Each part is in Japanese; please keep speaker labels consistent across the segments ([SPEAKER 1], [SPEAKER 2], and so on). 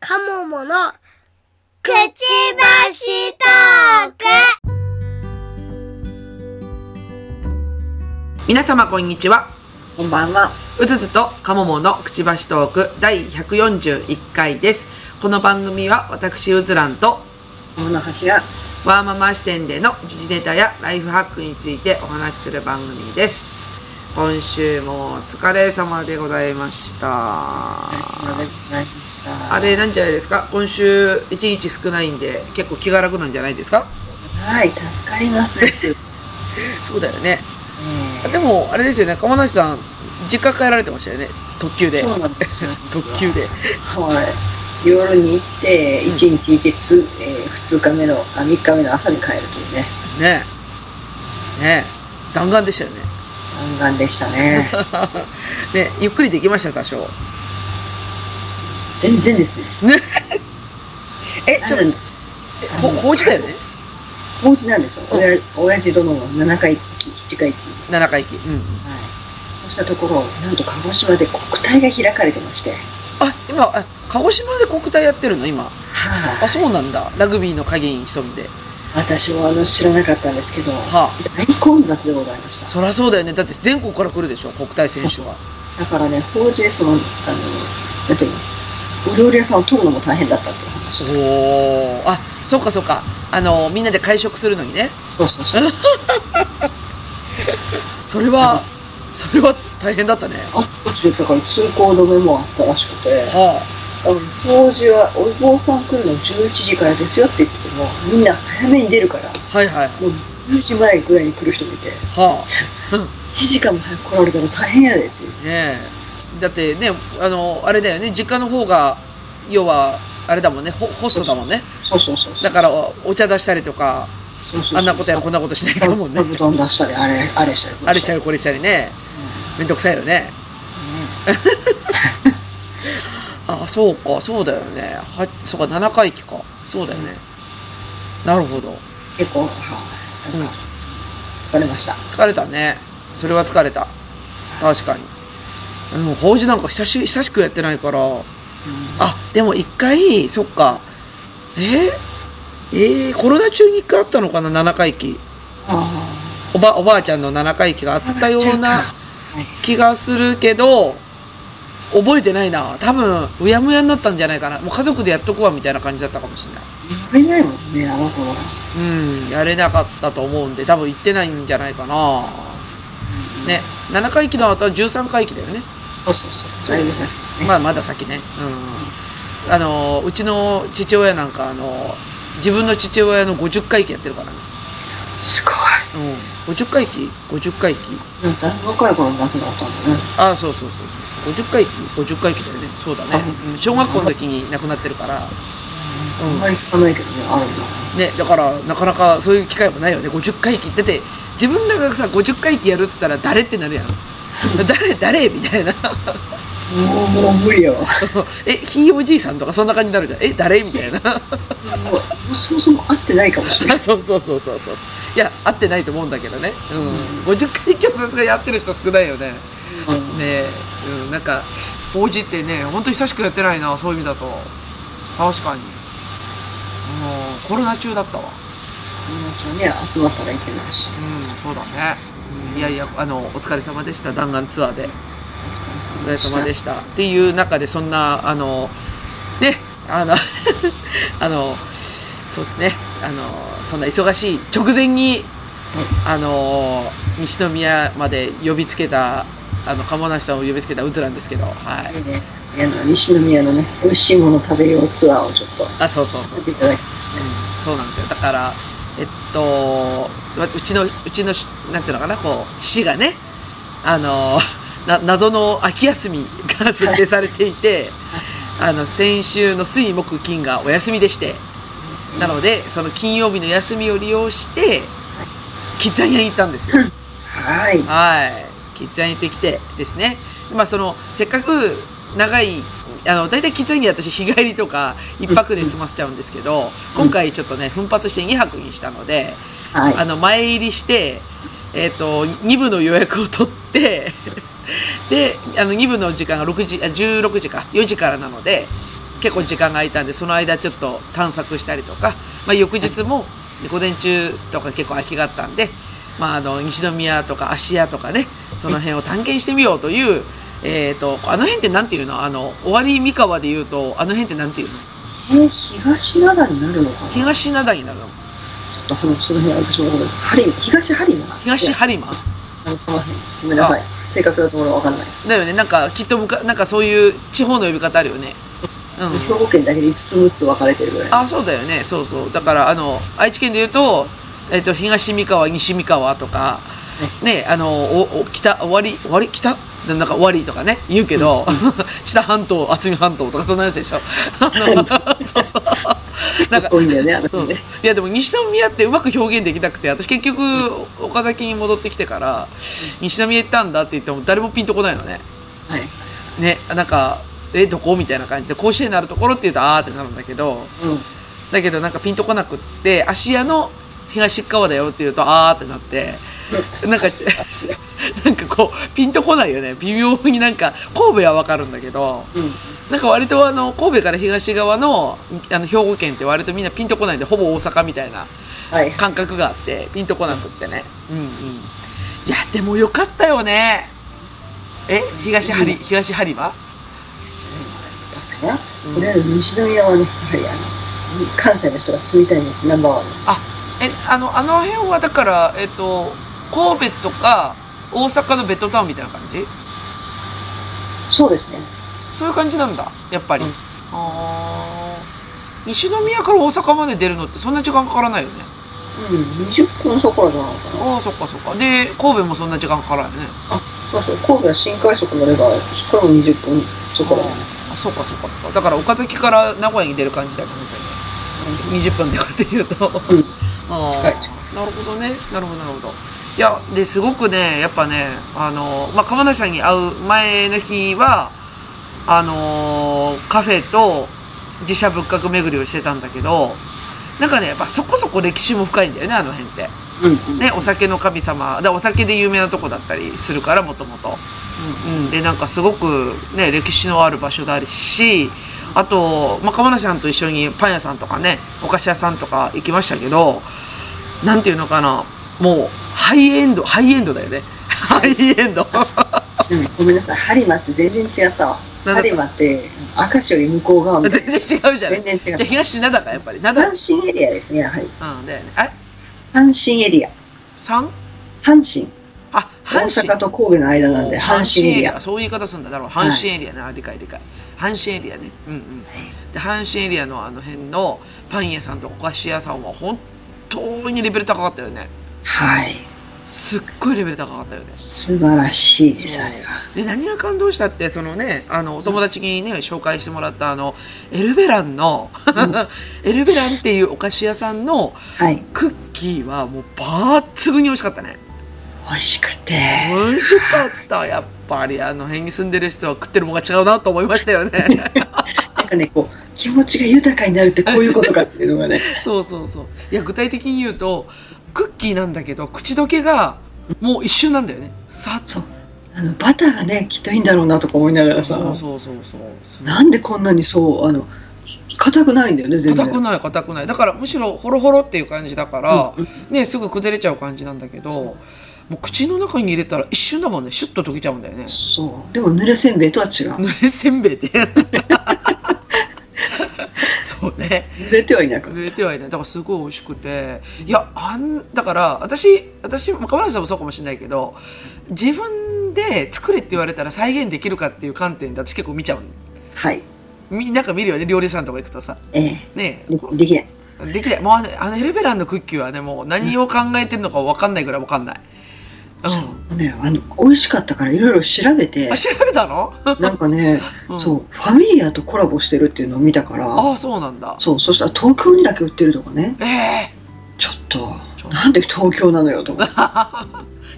[SPEAKER 1] カモモのくちばしトーク
[SPEAKER 2] 皆様こんにちは
[SPEAKER 3] こんばんは。
[SPEAKER 2] うずずとかもものくちばしトーク第141回ですこの番組は私うずらんと
[SPEAKER 3] 物橋が
[SPEAKER 2] ワーママ視点での時事ネタやライフハックについてお話しする番組です今週もお疲れ様でございました
[SPEAKER 3] ありがとうございました。
[SPEAKER 2] あれなんじゃないですか今週1日少ないんで結構気が楽なんじゃないですか
[SPEAKER 3] はい、助かりますです。 ね
[SPEAKER 2] そうだよねあ
[SPEAKER 3] え
[SPEAKER 2] でもあれですよね鴨梨さん実家帰られてましたよね特急で
[SPEAKER 3] そうなんですよ。
[SPEAKER 2] 特急で
[SPEAKER 3] はい。夜に行って、
[SPEAKER 2] うん
[SPEAKER 3] 一日行けつ、えー、2日目の、あ、3日目の朝に帰るというね、
[SPEAKER 2] ねえねえ弾丸でしたよね
[SPEAKER 3] 弾丸でした ね。
[SPEAKER 2] ねゆっくりできました多少
[SPEAKER 3] 全然ですね。
[SPEAKER 2] えち
[SPEAKER 3] な
[SPEAKER 2] ょ
[SPEAKER 3] んです
[SPEAKER 2] えほ法事だよね
[SPEAKER 3] お家なんですよ。
[SPEAKER 2] うん
[SPEAKER 3] おや親父殿が7回忌、7回忌。
[SPEAKER 2] 七回忌うん
[SPEAKER 3] はい。そうしたところ、なんと鹿児島で国体が開かれてまして。
[SPEAKER 2] あ今あ鹿児島で国体やってるの今
[SPEAKER 3] は
[SPEAKER 2] あそうなんだラグビーの陰に潜んで
[SPEAKER 3] あ、私もあの知らなかったんですけど、
[SPEAKER 2] は
[SPEAKER 3] 大混雑でございました
[SPEAKER 2] あ。そりゃそうだよねだって全国から来るでしょ国体選手は
[SPEAKER 3] だからね、法事でその、あの、なんていうの、お料理屋さんを取るのも大変だったっていう
[SPEAKER 2] お。お
[SPEAKER 3] 話
[SPEAKER 2] あそうかそうかあのみんなで会食するのにね
[SPEAKER 3] そうそうそう。
[SPEAKER 2] それはそれは大変だったね
[SPEAKER 3] あちこちで、だから通行止めもあったらしくて、
[SPEAKER 2] は
[SPEAKER 3] あの法事はお坊さん来るの11時からですよって言っても、みんな早めに出るから、
[SPEAKER 2] あはいはい
[SPEAKER 3] もう10時前ぐらいに来る人もいて、
[SPEAKER 2] は
[SPEAKER 3] 1時間も早く来られたら大変やでっていう。
[SPEAKER 2] あねえだってねあのあれだよね実家の方が要はあれだもんねホホストだもんね
[SPEAKER 3] そうそうそうそう。
[SPEAKER 2] だからおお茶出したりとか
[SPEAKER 3] そうそうそう
[SPEAKER 2] あんなことやこんなことしないかもんね
[SPEAKER 3] 布団出したり、あれ、あれしたり。
[SPEAKER 2] あれした
[SPEAKER 3] り。
[SPEAKER 2] りこれしたりねめんどくさいよね
[SPEAKER 3] うん
[SPEAKER 2] あそうかそうだよねはそうか7回忌かそうだよねなるほど
[SPEAKER 3] 結構、はい。なんか、疲れました。
[SPEAKER 2] 疲れたねそれは疲れた確かにでも法事なんか久し久しくやってないから
[SPEAKER 3] うん
[SPEAKER 2] あでも一回そっかえー、えーコロナ中に一回あったのかな7回忌
[SPEAKER 3] あ
[SPEAKER 2] おばおばあちゃんの7回忌があ
[SPEAKER 3] あ
[SPEAKER 2] ったような
[SPEAKER 3] はい
[SPEAKER 2] 気がするけど覚えてないな多分うやむやになったんじゃないかなもう家族でやっとくわみたいな感じだったかもしれない
[SPEAKER 3] やれないもんねあの子は、
[SPEAKER 2] うんやれなかったと思うんで多分行ってないんじゃないかなね7回忌の後は13回忌だよね
[SPEAKER 3] そうそうそう
[SPEAKER 2] そうですね
[SPEAKER 3] だいぶ先ですね
[SPEAKER 2] まあまだ先ねうんあのうちの父親なんかあの自分の父親の50回忌やってるからね
[SPEAKER 3] すごい
[SPEAKER 2] うん50回忌50回忌
[SPEAKER 3] でもだいぶ若い頃に亡くなったんだね
[SPEAKER 2] ああそうそうそうそうそう50回忌50回忌だよねそうだね、うん、小学校の時に亡くなってるから
[SPEAKER 3] あんまり聞かないけどねあるんだ
[SPEAKER 2] ねだからなかなかそういう機会もないよね50回忌だって自分らがさ50回忌やるっつったら誰ってなるやん誰誰みたいな
[SPEAKER 3] もうもう無理よも
[SPEAKER 2] えひいおじいさんとかそんな感じになるじゃんえ誰みたいな
[SPEAKER 3] うもうそもそも会ってないかもしれな い
[SPEAKER 2] そうそうそうそうそういや合ってないと思うんだけどねうん50回忌はさすがやってる人少ないよね
[SPEAKER 3] うん
[SPEAKER 2] ねうんなんか法事ってねほんと久しくやってないなそういう意味だと確かにもうコロナ中だったわ
[SPEAKER 3] 友達はね集まったらいけないし
[SPEAKER 2] うんそうだねうんいやいやあのお疲れ様でした弾丸ツアーでお疲れ様で
[SPEAKER 3] し
[SPEAKER 2] したっていう中でそんなあのねあの あのそうですねあのそんな忙しい直前にあの西宮まで呼びつけたあの鴨梨さんを呼びつけたうずらんですけどは
[SPEAKER 3] た
[SPEAKER 2] い
[SPEAKER 3] でねあの西宮のね美味しいもの食べようツアーをちょっと
[SPEAKER 2] あそうそうそ
[SPEAKER 3] や
[SPEAKER 2] う
[SPEAKER 3] っ
[SPEAKER 2] そ
[SPEAKER 3] ていうただき
[SPEAKER 2] うん、そうなんですよだからえっとわうちのうちのしなんていうのかなこう市がねあの な謎の秋休みが設定されていてあの先週の水木金がお休みでしてなのでその金曜日の休みを利用してキッザニアに行ったんですよ。
[SPEAKER 3] はい
[SPEAKER 2] はい。キッザニアに行ってきてですね。まあその、せっかく長い、あの、大体キッザニアに私日帰りとか一泊で済ませちゃうんですけど、今回ちょっとね、奮発して2泊にしたので、
[SPEAKER 3] はい
[SPEAKER 2] あの、前入りして、えっ、と、2部の予約を取って、で、あの、2部の時間が6時、あ16時か、4時からなので、結構時間が空いたんで、その間ちょっと探索したりとか、まあ、翌日も午前中とか結構空きがあったんで、まあ、あの、西宮とか芦屋とかね、その辺を探検してみようという、えっ、と、あの辺ってなんていうのあの、終わり三河で言うと、あの辺ってなんていうの
[SPEAKER 3] えー、東灘になるのかなちょ
[SPEAKER 2] 東灘になるの
[SPEAKER 3] っとあのその辺は私もごめんなさいハリ東ハリマ
[SPEAKER 2] 東播磨
[SPEAKER 3] あのその辺ごめんなさい正確なところは分かんないです、
[SPEAKER 2] だよね。なんか、きっとむか、なんかそういう地方の呼び方あるよね。うん。
[SPEAKER 3] 兵庫県だけで5つ6つ分かれてるぐらい
[SPEAKER 2] あ、そうだよね。そうそう。だから、あの、愛知県で言うと、えっ、と、東三河、西三河とか、ね、あの、お、お北、終わり、終わり、北なんか終わりとかね、言うけど、 下半島、渥美半島とかそんなやつでしょ。あのそうそう。なんか、
[SPEAKER 3] 多いんだよねあの
[SPEAKER 2] そう
[SPEAKER 3] 辺
[SPEAKER 2] い
[SPEAKER 3] ね
[SPEAKER 2] やでも西宮ってうまく表現できなくて私結局岡崎に戻ってきてから西宮行ったんだって言っても誰もピンとこないのね
[SPEAKER 3] はい
[SPEAKER 2] ねなんかえどこみたいな感じで甲子園のあるところって言うとあーってなるんだけど
[SPEAKER 3] うん
[SPEAKER 2] だけどなんかピンとこなくって芦屋の東側だよって言うとあーってなって なんかなんかこうピンとこないよね微妙になんか神戸はわかるんだけど
[SPEAKER 3] うん
[SPEAKER 2] なんか割とあの神戸から東側のあの兵庫県って割とみんなピンとこないんでほぼ大阪みたいな
[SPEAKER 3] はい
[SPEAKER 2] 感覚があってピンとこなくってねうんうんいやでもよかったよねえ東張り東張りは
[SPEAKER 3] だからとりあえず西宮はねやはりあの関西の人が住みたいんですナンバーワン
[SPEAKER 2] えあのあの辺はだからえっと神戸とか大阪のベッドタウンみたいな感じ
[SPEAKER 3] そうですね
[SPEAKER 2] そういう感じなんだやっぱり、
[SPEAKER 3] うん
[SPEAKER 2] あー西宮から大阪まで出るのってそんな時間かからないよね
[SPEAKER 3] うん20分そこらじゃないかな
[SPEAKER 2] ああそっかそっかで神戸もそんな時間かからないよね
[SPEAKER 3] そうそう神戸は新快速乗ればこれも20分そこらじゃない
[SPEAKER 2] あそうかそうかそうかだから岡崎から名古屋に出る感じだよね本当に20分とかって言うと、
[SPEAKER 3] うん
[SPEAKER 2] あ
[SPEAKER 3] はい
[SPEAKER 2] あなるほどねなるほどなるほどいやですごくねやっぱねあの、まあ、釜梨さんに会う前の日はあのーカフェと自社仏閣巡りをしてたんだけどなんかねやっぱそこそこ歴史も深いんだよねあの辺って
[SPEAKER 3] うん
[SPEAKER 2] ねお酒の神様だお酒で有名なとこだったりするからもともとうん、でなんかすごくね歴史のある場所だしあと、まあ、鎌田さんと一緒にパン屋さんとかねお菓子屋さんとか行きましたけどなんていうのかなもうハイエンドハイエンドだよね ハイエン ド
[SPEAKER 3] うんうんごめんなさい播磨って全然違ったわ
[SPEAKER 2] なんだ
[SPEAKER 3] 播磨って明石より向こう側みた
[SPEAKER 2] 全
[SPEAKER 3] い
[SPEAKER 2] 然
[SPEAKER 3] な
[SPEAKER 2] 違うじゃない
[SPEAKER 3] 全然違
[SPEAKER 2] で
[SPEAKER 3] う
[SPEAKER 2] 東灘かやっぱり灘
[SPEAKER 3] 阪神エリアですねやはり
[SPEAKER 2] うんだよねあれ
[SPEAKER 3] 阪神エリア
[SPEAKER 2] 三
[SPEAKER 3] 阪神
[SPEAKER 2] あ
[SPEAKER 3] 大
[SPEAKER 2] 阪神
[SPEAKER 3] 阪と神戸の間なんで阪神エリア
[SPEAKER 2] そういう言い方するんだなるほど阪神エリアね、あ理解理解阪神エリアねうんうんで阪神エリアのあの辺のパン屋さんとお菓子屋さんは本当にレベル高かったよね
[SPEAKER 3] はい
[SPEAKER 2] すっごいレベル高かったよね
[SPEAKER 3] 素晴らしいです
[SPEAKER 2] そう
[SPEAKER 3] あれは
[SPEAKER 2] で何が感動したってそのねあのお友達にね紹介してもらったあのエルベランの、 エルベランっていうお菓子屋さんの
[SPEAKER 3] はい
[SPEAKER 2] クッキーはもう抜群に美味しかったね
[SPEAKER 3] 美味しくて
[SPEAKER 2] 美味しかったやっぱりあの辺に住んでる人は食ってるもんが違うなと思いましたよね
[SPEAKER 3] なんかねこう気持ちが豊かになるってこういうことかっていうのがね
[SPEAKER 2] そうそうそういや具体的に言うとクッキーなんだけど口どけがもう一瞬なんだよねさっと
[SPEAKER 3] そうあのバターがねきっといいんだろうなとか思いながらさ
[SPEAKER 2] そうそうそうそう
[SPEAKER 3] なんでこんなにそうあの硬くないんだよね全然
[SPEAKER 2] 硬くない硬くないだからむしろホロホロっていう感じだから、
[SPEAKER 3] うん
[SPEAKER 2] ねすぐ崩れちゃう感じなんだけどもう口の中に入れたら一瞬だもんねシュッと溶けちゃうんだよね
[SPEAKER 3] そうでも濡れせんべいとは違う
[SPEAKER 2] 濡れせんべ いってそうね
[SPEAKER 3] 濡れてはいなかった
[SPEAKER 2] 濡れてはいないだからすごい美味しくていやあんだから私私若村さんもそうかもしれないけど自分で作れって言われたら再現できるかっていう観点で私結構見ちゃう
[SPEAKER 3] はい
[SPEAKER 2] みなんか見るよね料理屋さんとか行くとさ
[SPEAKER 3] ええ
[SPEAKER 2] ね
[SPEAKER 3] でできない
[SPEAKER 2] できないもうあのあのヘルベランのクッキーはねもう何を考えてるのか分かんないぐらい分かんないうん
[SPEAKER 3] ねあの美味しかったからいろいろ調べて
[SPEAKER 2] あ調べたの
[SPEAKER 3] なんかね、
[SPEAKER 2] うん
[SPEAKER 3] そうファミリアとコラボしてるっていうのを見たから
[SPEAKER 2] ああそうなんだ
[SPEAKER 3] そうそしたら東京にだけ売ってるとかね
[SPEAKER 2] ええ
[SPEAKER 3] ちょっと
[SPEAKER 2] ちょ
[SPEAKER 3] なんで東京なのよ と思って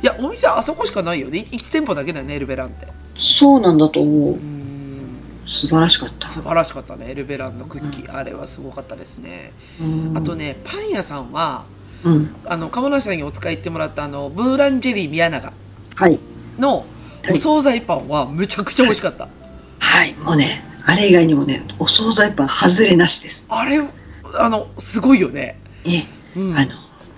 [SPEAKER 2] いやお店あそこしかないよねい1店舗だけだよねエルベランって
[SPEAKER 3] そうなんだと思う
[SPEAKER 2] うん
[SPEAKER 3] 素晴らしかった
[SPEAKER 2] 素晴らしかったねエルベランのクッキー、あれはすごかったですね、
[SPEAKER 3] うん
[SPEAKER 2] あとねパン屋さんは
[SPEAKER 3] うん
[SPEAKER 2] あの鴨梨さんにお使い行ってもらったあのブーランジェリー宮永
[SPEAKER 3] はい
[SPEAKER 2] のお惣菜パンはむちゃくちゃ美味しかった、
[SPEAKER 3] はいもうねあれ以外にもね、お惣菜パン外れなしです。
[SPEAKER 2] あれ、あの、すごいよね。
[SPEAKER 3] ね、
[SPEAKER 2] うん
[SPEAKER 3] あの、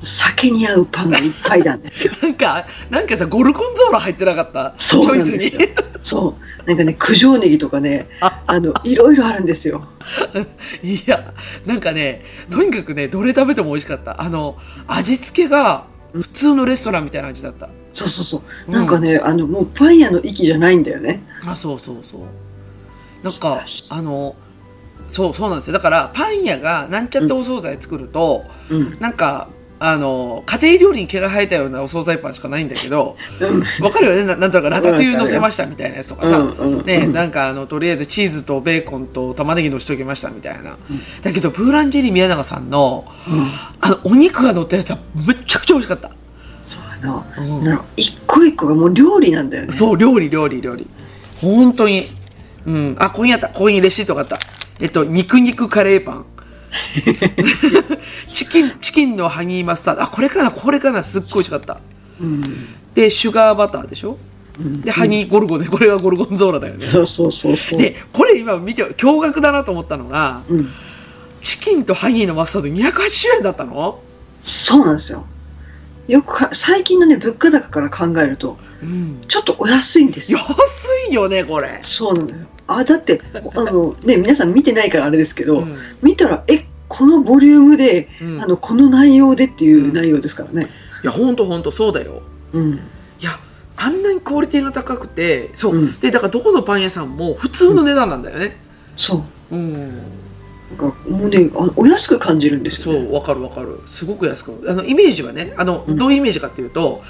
[SPEAKER 3] 酒に合うパンがいっぱ いなんですよ。
[SPEAKER 2] なんか、なんかさ、ゴルゴンゾーラ入ってなかった。チ
[SPEAKER 3] そう
[SPEAKER 2] ョイ
[SPEAKER 3] なん
[SPEAKER 2] ス
[SPEAKER 3] です
[SPEAKER 2] に
[SPEAKER 3] よ。。そう。なんかね、九条ネギとかね、あの、いろいろあるんですよ。
[SPEAKER 2] いや、なんかね、とにかくね、どれ食べても美味しかった。あの、味付けが、普通のレストランみたいな味だった。
[SPEAKER 3] そうそうそう。なんかね、あの、もうパン屋の域じゃないんだよね。
[SPEAKER 2] あ、そうそうそう。なん
[SPEAKER 3] 素晴
[SPEAKER 2] から
[SPEAKER 3] しい、
[SPEAKER 2] あの、そう、そうなんですよ。だから、パン屋が、なんちゃってお惣菜作ると、
[SPEAKER 3] うん。
[SPEAKER 2] なんか、あの、家庭料理に毛が生えたようなお惣菜パンしかないんだけど、
[SPEAKER 3] うん。
[SPEAKER 2] わかるよねななんとなくラタトゥイユ乗せましたみたいなやつとかさ、
[SPEAKER 3] うんうん
[SPEAKER 2] ね、
[SPEAKER 3] うん
[SPEAKER 2] なんかあの、とりあえずチーズとベーコンと玉ねぎ乗しときましたみたいな。
[SPEAKER 3] ん
[SPEAKER 2] だけど、プーランジェリー宮永さんの、あの、お肉が乗ったやつはめちゃくちゃ美味しかった。
[SPEAKER 3] そうあの、
[SPEAKER 2] うん
[SPEAKER 3] なんか一個一個がもう料理なんだよね。
[SPEAKER 2] そう、料理、料理、料理。本当に。うん。あ、ここにあった。ここにレシートがあった。えっと、肉肉カレーパ ン。チキン、チキンのハニーマスタード。あ、これかな、これかな。すっごい美味しかった。
[SPEAKER 3] うん。
[SPEAKER 2] で、シュガーバターでしょ
[SPEAKER 3] うん。
[SPEAKER 2] で、ハニーゴルゴね。これがゴルゴンゾーラだよね。
[SPEAKER 3] そうそうそうそう。
[SPEAKER 2] で、これ今見て驚愕だなと思ったのが、
[SPEAKER 3] うん。
[SPEAKER 2] チキンとハニーのマスタード280円だったの
[SPEAKER 3] そうなんですよ。よくか最近のね、物価高から考えると、
[SPEAKER 2] うん。
[SPEAKER 3] ちょっとお安いんですよ。
[SPEAKER 2] 安いよね、これ。
[SPEAKER 3] そうなのよ。あ、だって、あの、ね、皆さん見てないからあれですけど、
[SPEAKER 2] うん
[SPEAKER 3] 見たら、え、このボリュームで、
[SPEAKER 2] うん
[SPEAKER 3] あの、この内容でってい
[SPEAKER 2] うん
[SPEAKER 3] う内容ですからね。
[SPEAKER 2] いや、ほんとほんと、そうだよ。
[SPEAKER 3] うん。
[SPEAKER 2] いや、あんなにクオリティが高くて、そう。
[SPEAKER 3] うん
[SPEAKER 2] で、だからどこのパン屋さんも普通の値段なんだよね。
[SPEAKER 3] そう。
[SPEAKER 2] うん。
[SPEAKER 3] なんか、もうね、あのお安く感じるんです
[SPEAKER 2] そ
[SPEAKER 3] よ、ね。
[SPEAKER 2] う、わかるわかる。すごく安く。あの、イメージはね、あの、
[SPEAKER 3] うん
[SPEAKER 2] どういうイメージかっていうと、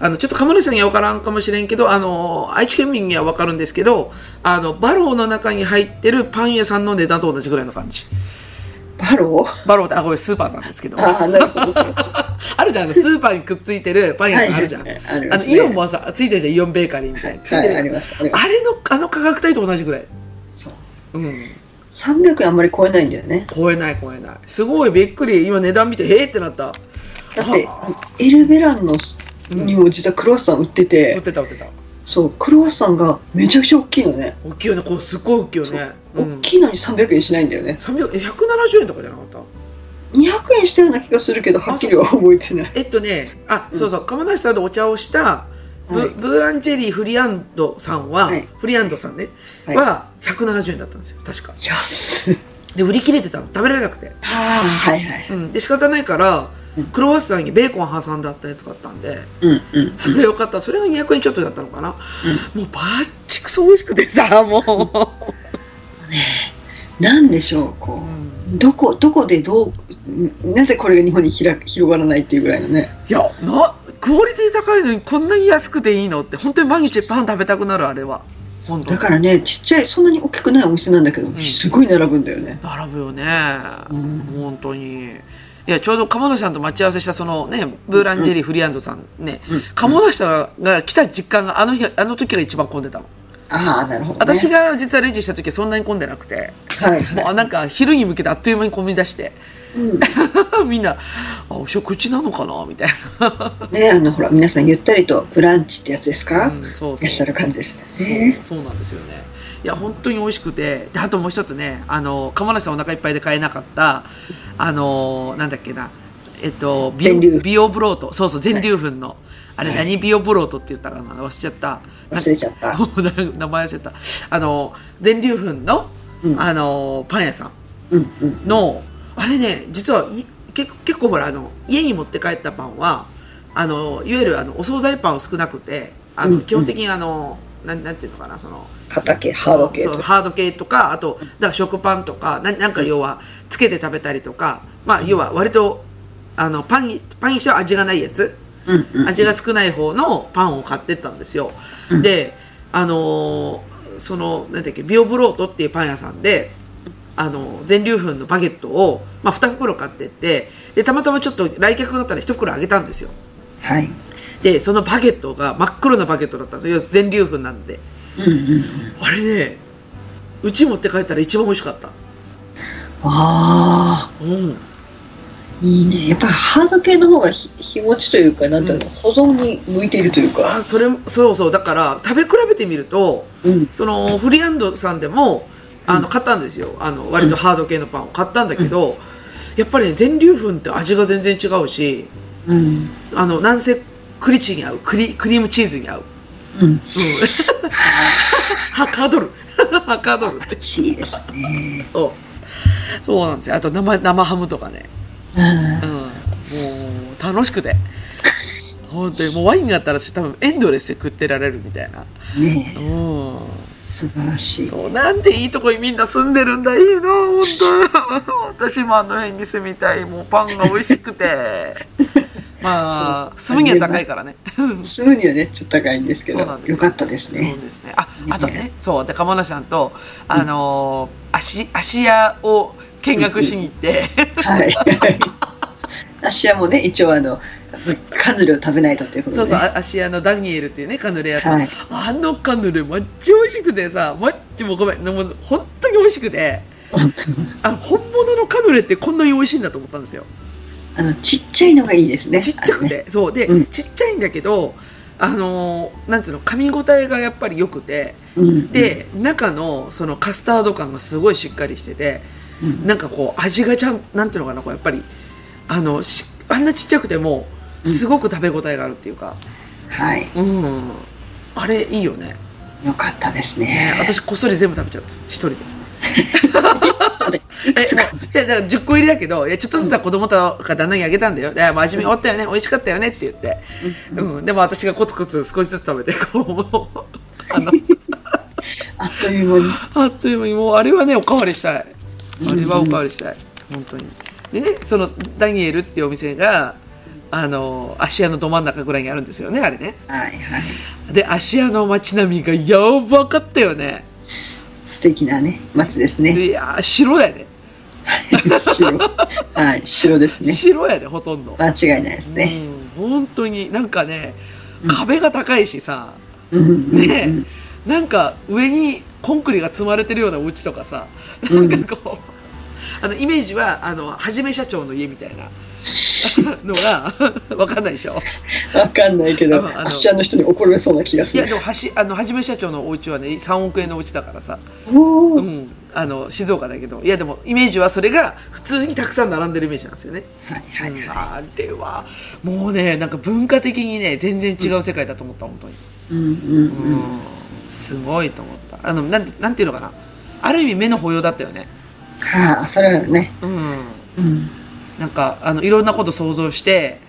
[SPEAKER 2] あの、ちょっと鎌田さんにはわからんかもしれんけど、あの、愛知県民にはわかるんですけど、あの、バローの中に入ってるパン屋さんの値段と同じぐらいの感じ。
[SPEAKER 3] ハロー
[SPEAKER 2] バローって、あ、ごめん、スーパーなんですけど。
[SPEAKER 3] ああ、なるほど。は
[SPEAKER 2] あるじゃん、あのスーパーにくっついてるパン
[SPEAKER 3] い
[SPEAKER 2] 屋
[SPEAKER 3] はい
[SPEAKER 2] さん
[SPEAKER 3] はい
[SPEAKER 2] あるじゃん。
[SPEAKER 3] あり
[SPEAKER 2] あ
[SPEAKER 3] ま
[SPEAKER 2] の、
[SPEAKER 3] すね
[SPEAKER 2] イオンもさ、ついてるじゃん、イオンベーカリーみたいに。つい
[SPEAKER 3] は
[SPEAKER 2] て
[SPEAKER 3] い、
[SPEAKER 2] るじゃ
[SPEAKER 3] あ
[SPEAKER 2] ん
[SPEAKER 3] ります。あります
[SPEAKER 2] あれの、あの価格帯と同じぐらい。
[SPEAKER 3] そう
[SPEAKER 2] うん。
[SPEAKER 3] 300円あんまり超えないんだよね。
[SPEAKER 2] 超えない、超えない。すごい、びっくり。今値段見て、へーってなった。
[SPEAKER 3] だって
[SPEAKER 2] あ、
[SPEAKER 3] エルベランの
[SPEAKER 2] うん
[SPEAKER 3] にも実はクロワッサン売ってて、
[SPEAKER 2] 売ってた、売ってた。
[SPEAKER 3] そう、クロワッサンがめちゃくちゃ大きいのね。
[SPEAKER 2] 大きいよね、こう、すっごい大きいよね。う
[SPEAKER 3] 大
[SPEAKER 2] ん。
[SPEAKER 3] きいのに300円しないんだよね。
[SPEAKER 2] 300え170円とかじゃなかった
[SPEAKER 3] 200円したような気がするけど、はっきりは覚えてない。
[SPEAKER 2] えっとね、あ、
[SPEAKER 3] うん
[SPEAKER 2] そうそう、釜梨さんとお茶をした、ブ,、
[SPEAKER 3] はい
[SPEAKER 2] ブーランジェリーフリアンドさんは、
[SPEAKER 3] はい
[SPEAKER 2] フリアンドさんね、
[SPEAKER 3] はい
[SPEAKER 2] は170円だったんですよ、確か。
[SPEAKER 3] 安い。
[SPEAKER 2] で、売り切れてたの、食べられなくて。
[SPEAKER 3] ああ、はいはい。
[SPEAKER 2] うん、で仕方ないから
[SPEAKER 3] うん
[SPEAKER 2] クロワッサンにベーコン挟んだったやつ買ったんで
[SPEAKER 3] うんうん。
[SPEAKER 2] それを買ったそれが200円ちょっとだったのかな、もうバッチクソ美味しくてさも
[SPEAKER 3] なんでしょう、
[SPEAKER 2] う、
[SPEAKER 3] こう。どこ、どこでどう、んなぜこれが日本にひら広がらないっていうぐらいのね。
[SPEAKER 2] いやなクオリティ高いのにこんなに安くていいのって本当に毎日パン食べたくなるあれは本当
[SPEAKER 3] だからね、ちっちゃい、そんなに大きくないお店なんだけど、
[SPEAKER 2] ん
[SPEAKER 3] すごい並ぶんだよね。
[SPEAKER 2] 並ぶよね、
[SPEAKER 3] うん
[SPEAKER 2] 本当にいやちょうど鴨梨さんと待ち合わせしたそのねブーランジェリーフリアンドさんね、
[SPEAKER 3] うん
[SPEAKER 2] 鴨梨さんが来た実感があの日あの時が一番混んでたの
[SPEAKER 3] ああ、なるほど、ね。
[SPEAKER 2] 私が実はレジした時はそんなに混んでなくて
[SPEAKER 3] はいはい。
[SPEAKER 2] もうなんか昼に向けてあっという間に混み出して、
[SPEAKER 3] うん、
[SPEAKER 2] みんな、あ、お食事なのかなみたい
[SPEAKER 3] ね、あの、ほら、皆さんゆったりとブランチってやつです
[SPEAKER 2] な。
[SPEAKER 3] か、
[SPEAKER 2] うん、そう
[SPEAKER 3] い
[SPEAKER 2] そ
[SPEAKER 3] ら
[SPEAKER 2] う。
[SPEAKER 3] っし
[SPEAKER 2] そ
[SPEAKER 3] ゃる感じですね。
[SPEAKER 2] う、そうなんですよね。いや、本当に美味しくて、で、あともう一つね、あの、釜梨さんお腹いっぱいで買えなかった、あの、なんだっけな、えっと、ビ
[SPEAKER 3] 全粒
[SPEAKER 2] オ、ビオブロート、そうそう、全粒粉の、あれ
[SPEAKER 3] はい
[SPEAKER 2] 何ビオブロートって言ったかな忘れちゃった。 な
[SPEAKER 3] 忘れちゃった。
[SPEAKER 2] もうな名前忘れた。あの、全粒粉の、
[SPEAKER 3] うん
[SPEAKER 2] あの、パン屋さん。
[SPEAKER 3] うんうん。
[SPEAKER 2] の、あれね、実はい結結構ほら、あの、家に持って帰ったパンは、あの、いわゆるあの、お惣菜パンは少なくて、あの、
[SPEAKER 3] うん
[SPEAKER 2] 基本的にあの、なん、なんていうのかな、その、
[SPEAKER 3] 畑、ハード系
[SPEAKER 2] そう、
[SPEAKER 3] とか。
[SPEAKER 2] ハード系とか、あと、だから食パンとか、ななんか要は、つけて食べたりとか、まあ、要は割と、あの、パンに、パンにしては味がないやつ、
[SPEAKER 3] うんうん。
[SPEAKER 2] 味が少ない方のパンを買ってったんですよ。
[SPEAKER 3] うん
[SPEAKER 2] で、あのーその、なんだっけ、ビオブロートっていうパン屋さんで、あの、全粒粉のバゲットを、まあ、2袋買ってって、で、たまたまちょっと来客だったら1袋あげたんですよ。
[SPEAKER 3] はい。
[SPEAKER 2] で、そのバゲットが真っ黒なバゲットだったんですよ。要するに全粒粉なんで。
[SPEAKER 3] うんうんうん。
[SPEAKER 2] あれね、うち持って帰ったら一番美味しかった。
[SPEAKER 3] あ
[SPEAKER 2] うん。
[SPEAKER 3] あ、いいね。やっぱりハード系の方がひ日持ちというか、なんていうの、保存に向いているというか。
[SPEAKER 2] あ、それも、そうそう。だから、食べ比べてみると、
[SPEAKER 3] うん。
[SPEAKER 2] そのフリアンドさんでもあの買ったんですよあの割とハード系のパンを買ったんだけど、やっぱりね全粒粉って味が全然違うし
[SPEAKER 3] うん。
[SPEAKER 2] あのなんせ栗チに合う栗クリームチーズに合う、
[SPEAKER 3] うん。
[SPEAKER 2] うん、 はかどる はかどるって
[SPEAKER 3] 美味しいですね。
[SPEAKER 2] そうそうなんですよあと生生ハムとかね
[SPEAKER 3] うん
[SPEAKER 2] うん。もう楽しくて本当にもうワインがあったら私多分エンドレスで食ってられるみたいな
[SPEAKER 3] ね
[SPEAKER 2] うん
[SPEAKER 3] え素晴らしい。
[SPEAKER 2] そうなんていいとこにみんな住んでるんだいいな本当私もあの辺に住みたいもうパンが美味しく てまあ住むには高いからね
[SPEAKER 3] 住むにはね、ちょっと高いんですけど、
[SPEAKER 2] そうなんですよ
[SPEAKER 3] よかったです
[SPEAKER 2] そう
[SPEAKER 3] ね。
[SPEAKER 2] ですねああとねそうで鴨梨さんとあのー足足屋を見学しに行って
[SPEAKER 3] はい。芦屋もね、一応あの、カヌレを食べないとということ
[SPEAKER 2] そ
[SPEAKER 3] で、
[SPEAKER 2] う
[SPEAKER 3] ね。
[SPEAKER 2] そう、あ芦屋のダニエルっていうね、カヌレ屋さん。
[SPEAKER 3] はい
[SPEAKER 2] あのカヌレ、マッチ美味しくてさ、マッチもごめん、もう本当に美味しくて、あの、本物のカヌレってこんなに美味しいんだと思ったんですよ。
[SPEAKER 3] あの、ちっちゃいのがいいですね。
[SPEAKER 2] ちっちゃくて。そう。で、
[SPEAKER 3] うん
[SPEAKER 2] ちっちゃいんだけど、あのーなんていうの、噛み応えがやっぱり良くて、
[SPEAKER 3] あれね。うん、
[SPEAKER 2] で、中のそのカスタード感がすごいしっかりしてて、
[SPEAKER 3] うん、
[SPEAKER 2] なんかこう、味がちゃん、なんていうのかな、こう、やっぱり、あの、しあんなちっちゃくても、すごく食べ応えがあるっていうか、
[SPEAKER 3] はい。
[SPEAKER 2] うん。あれ、いいよね。
[SPEAKER 3] よかったです
[SPEAKER 2] ね
[SPEAKER 3] ね。
[SPEAKER 2] 私こっそり全部食べちゃった一人でえ
[SPEAKER 3] いつか
[SPEAKER 2] もうじゃあだから10個入りだけどいやちょっとずつは子供とか旦那にあげたんだよ「いやもう味見終わったよね美味しかったよね」って言って、うんでも私がコツコツ少しずつ食べてこうあの
[SPEAKER 3] あっという間に。
[SPEAKER 2] あっという間にもうあれはねおかわりしたいあれはおかわりしたい本当にでねそのダニエルっていうお店があの芦屋のど真ん中ぐらいにあるんですよねあれね
[SPEAKER 3] はいはい。
[SPEAKER 2] で芦屋の街並みがやばかったよね
[SPEAKER 3] 素敵なね、街ですね。
[SPEAKER 2] いやー白やね
[SPEAKER 3] 白。はい、白ですね。
[SPEAKER 2] 白やでほとんど、
[SPEAKER 3] 間違いないですね。
[SPEAKER 2] うん、本当になんかね壁が高いしさ、
[SPEAKER 3] うん
[SPEAKER 2] ねなんか上にコンクリが積まれてるようなお家とかさ、なんかこうあのイメージはあのはじめ社長の家みたいな のがわかんないでしょ
[SPEAKER 3] わかんないけど、
[SPEAKER 2] あのあの
[SPEAKER 3] あっしゃの人に怒られそうな気がす
[SPEAKER 2] いや
[SPEAKER 3] る。
[SPEAKER 2] でもはしあのはじめ社長のお家はね3億円のお家だからさ、
[SPEAKER 3] お
[SPEAKER 2] う
[SPEAKER 3] ー
[SPEAKER 2] ん、あの静岡だけどいやでもイメージはそれが普通にたくさん並んでるイメージなんですよね
[SPEAKER 3] はいはいはい。
[SPEAKER 2] あれはもうねなんか文化的にね全然違う世界だと思った本当に、
[SPEAKER 3] うんうんうん。
[SPEAKER 2] うん、すごいと思ったあのなんなんていうのかなある意味目の保養だったよね
[SPEAKER 3] はあ、それはね。
[SPEAKER 2] うん
[SPEAKER 3] うん。
[SPEAKER 2] なんかあのいろんなこと想像して